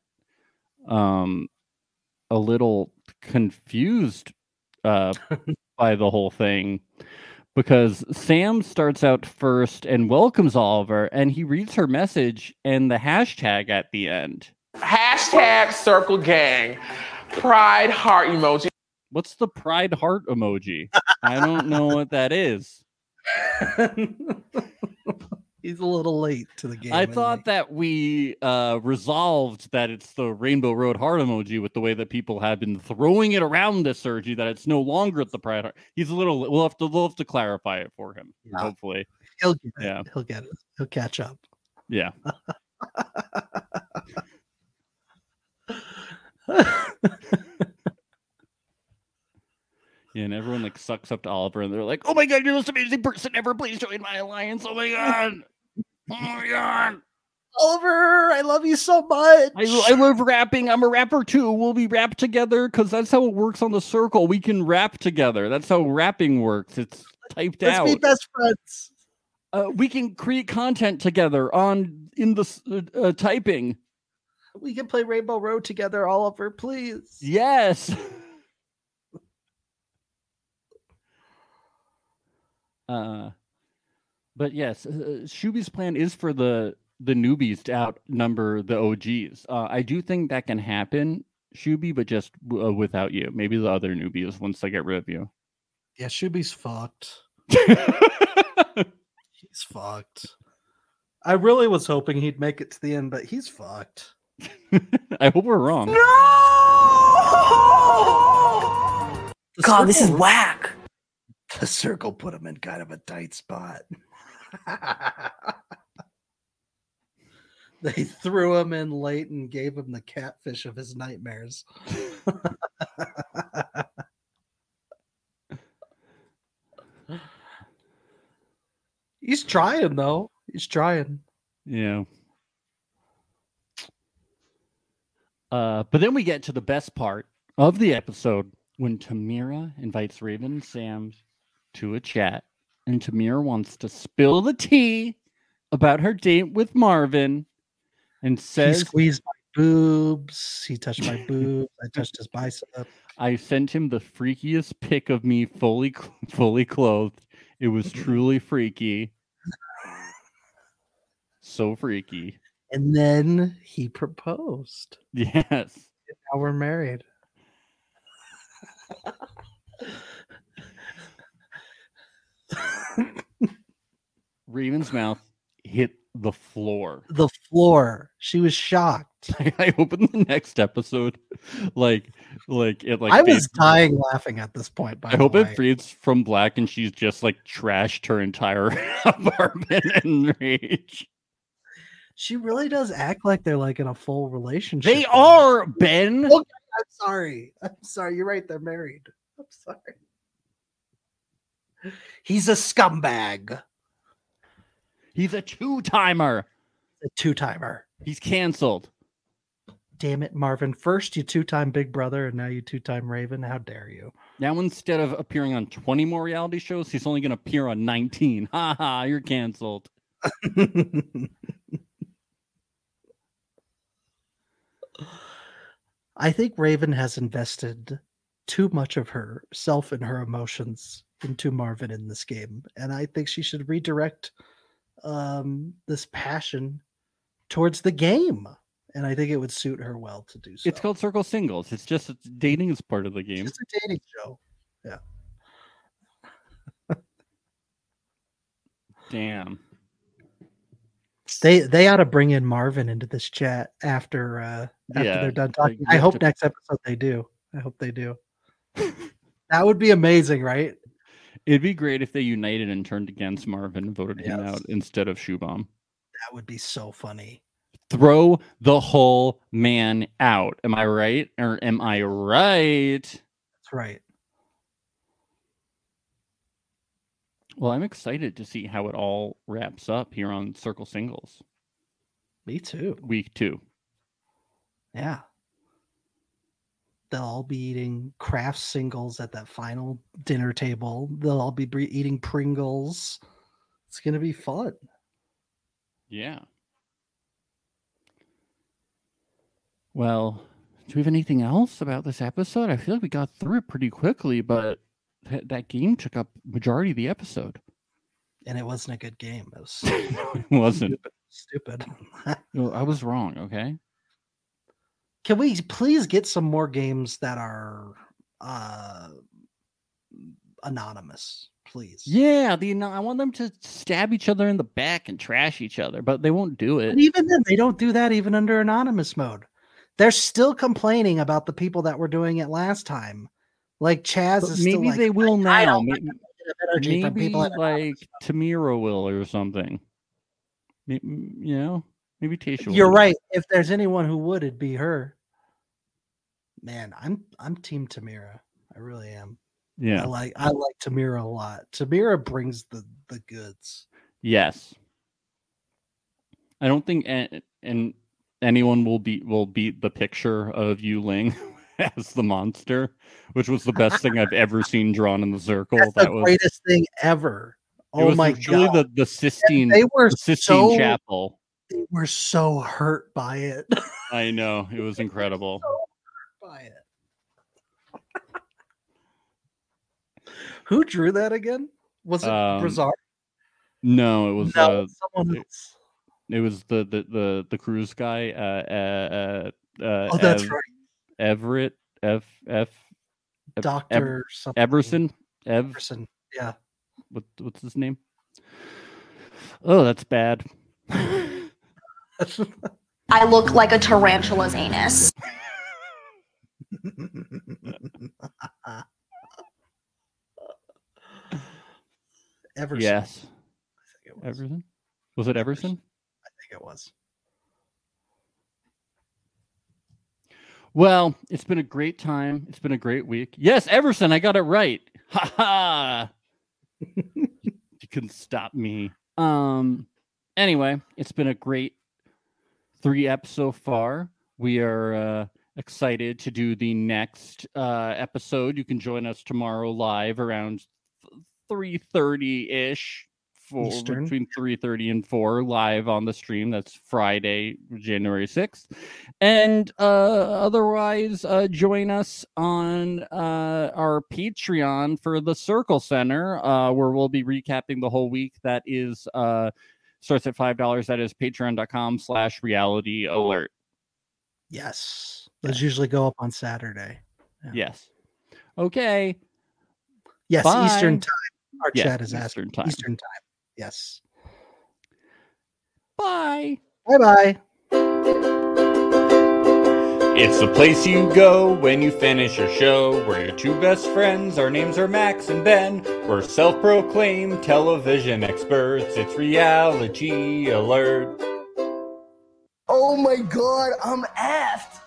[SPEAKER 2] um a little confused uh, by the whole thing because Sam starts out first and welcomes Oliver, and he reads her message and the hashtag at the end.
[SPEAKER 4] Hashtag circle gang. Pride heart emoji.
[SPEAKER 2] What's the pride heart emoji? I don't know what that is.
[SPEAKER 3] He's a little late to the game.
[SPEAKER 2] I
[SPEAKER 3] isn't he?
[SPEAKER 2] thought that we uh, resolved that it's the Rainbow Road heart emoji with the way that people have been throwing it around this surgery that it's no longer at the pride heart. He's a little. We'll have to we'll have to clarify it for him.
[SPEAKER 3] Yeah.
[SPEAKER 2] Hopefully,
[SPEAKER 3] he'll get it.
[SPEAKER 2] Yeah.
[SPEAKER 3] He'll get it. He'll catch up.
[SPEAKER 2] yeah. yeah. And everyone like sucks up to Oliver, and they're like, "Oh my god, you're the most amazing person ever! Please join my alliance! Oh my god! Oh my god!"
[SPEAKER 3] Oliver, I love you so much.
[SPEAKER 2] I, I love rapping. I'm a rapper too. We'll be rap together because that's how it works on the circle. We can rap together. That's how rapping works. It's typed
[SPEAKER 3] Let's
[SPEAKER 2] out.
[SPEAKER 3] be best friends.
[SPEAKER 2] uh, we can create content together on in the s- uh, uh, typing.
[SPEAKER 3] We can play Rainbow Road together, Oliver, please.
[SPEAKER 2] Yes. uh, but yes, uh, Shuby's plan is for the the newbies to outnumber the OGs. Uh, I do think that can happen, Shuby, but just w- uh, without you. Maybe the other newbies once they get rid of you.
[SPEAKER 3] Yeah, Shuby's fucked. He's fucked. I really was hoping he'd make it to the end, but he's fucked.
[SPEAKER 2] I hope we're wrong.
[SPEAKER 5] No!
[SPEAKER 3] The
[SPEAKER 5] God, this is
[SPEAKER 3] circle-
[SPEAKER 5] whack.
[SPEAKER 3] the circle put him in kind of a tight spot. they threw him in late and gave him the catfish of his nightmares. He's trying though. He's trying.
[SPEAKER 2] Yeah. Uh, but then we get to the best part of the episode when Tamira invites Raven and Sam to a chat, and Tamira wants to spill the tea about her date with Marvin, and
[SPEAKER 3] He
[SPEAKER 2] says,
[SPEAKER 3] squeezed my boobs. He touched my boobs. I touched his bicep.
[SPEAKER 2] "I sent him the freakiest pic of me fully cl- fully clothed. It was truly freaky, so freaky."
[SPEAKER 3] And then he proposed.
[SPEAKER 2] Yes.
[SPEAKER 3] Now we're married.
[SPEAKER 2] Raven's mouth hit the floor.
[SPEAKER 3] The floor. She was shocked.
[SPEAKER 2] I hope in the next episode, like, like it, like
[SPEAKER 3] I
[SPEAKER 2] fades-
[SPEAKER 3] was dying laughing at this point. By
[SPEAKER 2] I hope it
[SPEAKER 3] free.
[SPEAKER 2] fades from black and she's just like trashed her entire apartment in rage.
[SPEAKER 3] She really does act like they're like in a full relationship.
[SPEAKER 2] They
[SPEAKER 3] now.
[SPEAKER 2] are Ben.
[SPEAKER 3] Oh. I'm sorry. I'm sorry. You're right. They're married. I'm sorry. He's a scumbag.
[SPEAKER 2] He's a two timer.
[SPEAKER 3] A two timer.
[SPEAKER 2] He's canceled.
[SPEAKER 3] Damn it, Marvin. First you two time Big Brother, and now you two time Raven. How dare you?
[SPEAKER 2] Now instead of appearing on 20 more reality shows, he's only going to appear on 19. Ha ha, you're canceled.
[SPEAKER 3] I think Raven has invested too much of herself and her emotions into Marvin in this game, and I think she should redirect um, this passion towards the game. And I think it would suit her well to do so.
[SPEAKER 2] It's called Circle Singles. It's just it's, dating is part of the game.
[SPEAKER 3] It's a dating show.
[SPEAKER 2] Damn.
[SPEAKER 3] They they ought to bring in Marvin into this chat after uh after
[SPEAKER 2] Yeah,
[SPEAKER 3] they're done
[SPEAKER 2] like,
[SPEAKER 3] talking.
[SPEAKER 2] you
[SPEAKER 3] I
[SPEAKER 2] have
[SPEAKER 3] hope
[SPEAKER 2] to-
[SPEAKER 3] next episode they do. I hope they do. that would be amazing, right?
[SPEAKER 2] It'd be great if they united and turned against Marvin and voted him
[SPEAKER 3] Yes.
[SPEAKER 2] out instead of Shoe Bomb.
[SPEAKER 3] That would be so funny.
[SPEAKER 2] Throw the whole man out. Am I right? Or am I right?
[SPEAKER 3] That's right.
[SPEAKER 2] Well, I'm excited to see how it all wraps up here on Circle Singles
[SPEAKER 3] Me too.
[SPEAKER 2] week two.
[SPEAKER 3] Yeah. They'll all be eating craft singles at that final dinner table. They'll all be bre- eating Pringles. It's gonna be fun.
[SPEAKER 2] Yeah. Well, do we have anything else about this episode? I feel like we got through it pretty quickly, but that, that game took up majority of the episode.
[SPEAKER 3] And it wasn't a good game. It was
[SPEAKER 2] it wasn't.
[SPEAKER 3] stupid.
[SPEAKER 2] No, I was wrong. Okay.
[SPEAKER 3] Can we please get some more games that are uh anonymous, please?
[SPEAKER 2] Yeah, the ano- I want them to stab each other in the back and trash each other, but they won't do
[SPEAKER 3] And
[SPEAKER 2] it.
[SPEAKER 3] even then, they don't do that even under anonymous mode. They're still complaining about the people that were doing it last time. Like Chaz
[SPEAKER 2] But
[SPEAKER 3] is still
[SPEAKER 2] maybe
[SPEAKER 3] like,
[SPEAKER 2] they will
[SPEAKER 3] "I- I
[SPEAKER 2] now.
[SPEAKER 3] don't
[SPEAKER 2] May-
[SPEAKER 3] recommend it of energy
[SPEAKER 2] Maybe,
[SPEAKER 3] from people at
[SPEAKER 2] like Tamira will or something. May- m- You know, maybe Tasha. will.
[SPEAKER 3] You're right. If there's anyone who would, it'd be her. Man, I'm I'm Team Tamira. I really am. I
[SPEAKER 2] Yeah.
[SPEAKER 3] like I like Tamira a lot. Tamira brings the the goods.
[SPEAKER 2] Yes. I don't think and, and anyone will beat will beat the picture of Yu Ling as the monster, which was the best thing I've ever seen drawn in the circle.
[SPEAKER 3] That's
[SPEAKER 2] that
[SPEAKER 3] the
[SPEAKER 2] was
[SPEAKER 3] greatest thing ever.
[SPEAKER 2] it
[SPEAKER 3] Oh
[SPEAKER 2] was
[SPEAKER 3] my
[SPEAKER 2] truly
[SPEAKER 3] god,
[SPEAKER 2] the the Sistine
[SPEAKER 3] they were
[SPEAKER 2] the Sistine
[SPEAKER 3] so
[SPEAKER 2] Chapel.
[SPEAKER 3] they were so hurt by it.
[SPEAKER 2] I know it was incredible.
[SPEAKER 3] by it. Who drew that again? Was it
[SPEAKER 2] Um,
[SPEAKER 3] Brizard?
[SPEAKER 2] No, it was
[SPEAKER 3] No,
[SPEAKER 2] uh,
[SPEAKER 3] someone
[SPEAKER 2] it-
[SPEAKER 3] else.
[SPEAKER 2] it was the the the, the cruise guy. Uh, uh, uh, uh,
[SPEAKER 3] Oh, that's
[SPEAKER 2] Ev-
[SPEAKER 3] right,
[SPEAKER 2] Everett F F Eb-
[SPEAKER 3] Doctor something.
[SPEAKER 2] Everson Ev
[SPEAKER 3] Everson. Yeah.
[SPEAKER 2] what, what's his name? Oh, that's bad.
[SPEAKER 7] I look like a tarantula's anus.
[SPEAKER 3] Everson.
[SPEAKER 2] yes,
[SPEAKER 3] I think it was.
[SPEAKER 2] Everson. Was it Everson?
[SPEAKER 3] I think it was.
[SPEAKER 2] Well, it's been a great time. It's been a great week. Yes, Everson, I got it right. Ha ha! you couldn't stop me. Um. Anyway, it's been a great three eps so far. We are uh, excited to do the next uh, episode. You can join us tomorrow live around three thirty ish. For
[SPEAKER 3] Eastern.
[SPEAKER 2] between three thirty and four live on the stream. That's Friday, January sixth. And uh, otherwise, uh, join us on uh, our Patreon for the Circle Center, uh, where we'll be recapping the whole week. That is uh, starts at five dollars. That is Patreon.com/slash Reality Alert.
[SPEAKER 3] Yes. Those usually go up on Saturday. Yeah.
[SPEAKER 2] Yes. Okay.
[SPEAKER 3] Yes, Eastern
[SPEAKER 2] Bye.
[SPEAKER 3] time. Our
[SPEAKER 2] Yes,
[SPEAKER 3] chat is asking
[SPEAKER 2] Eastern time.
[SPEAKER 3] Eastern time. Yes.
[SPEAKER 2] Bye.
[SPEAKER 3] Bye bye.
[SPEAKER 1] It's the place you go when you finish your show. We're your two best friends. Our names are Max and Ben. We're self proclaimed television experts. It's reality alert.
[SPEAKER 5] Oh my god, I'm effed.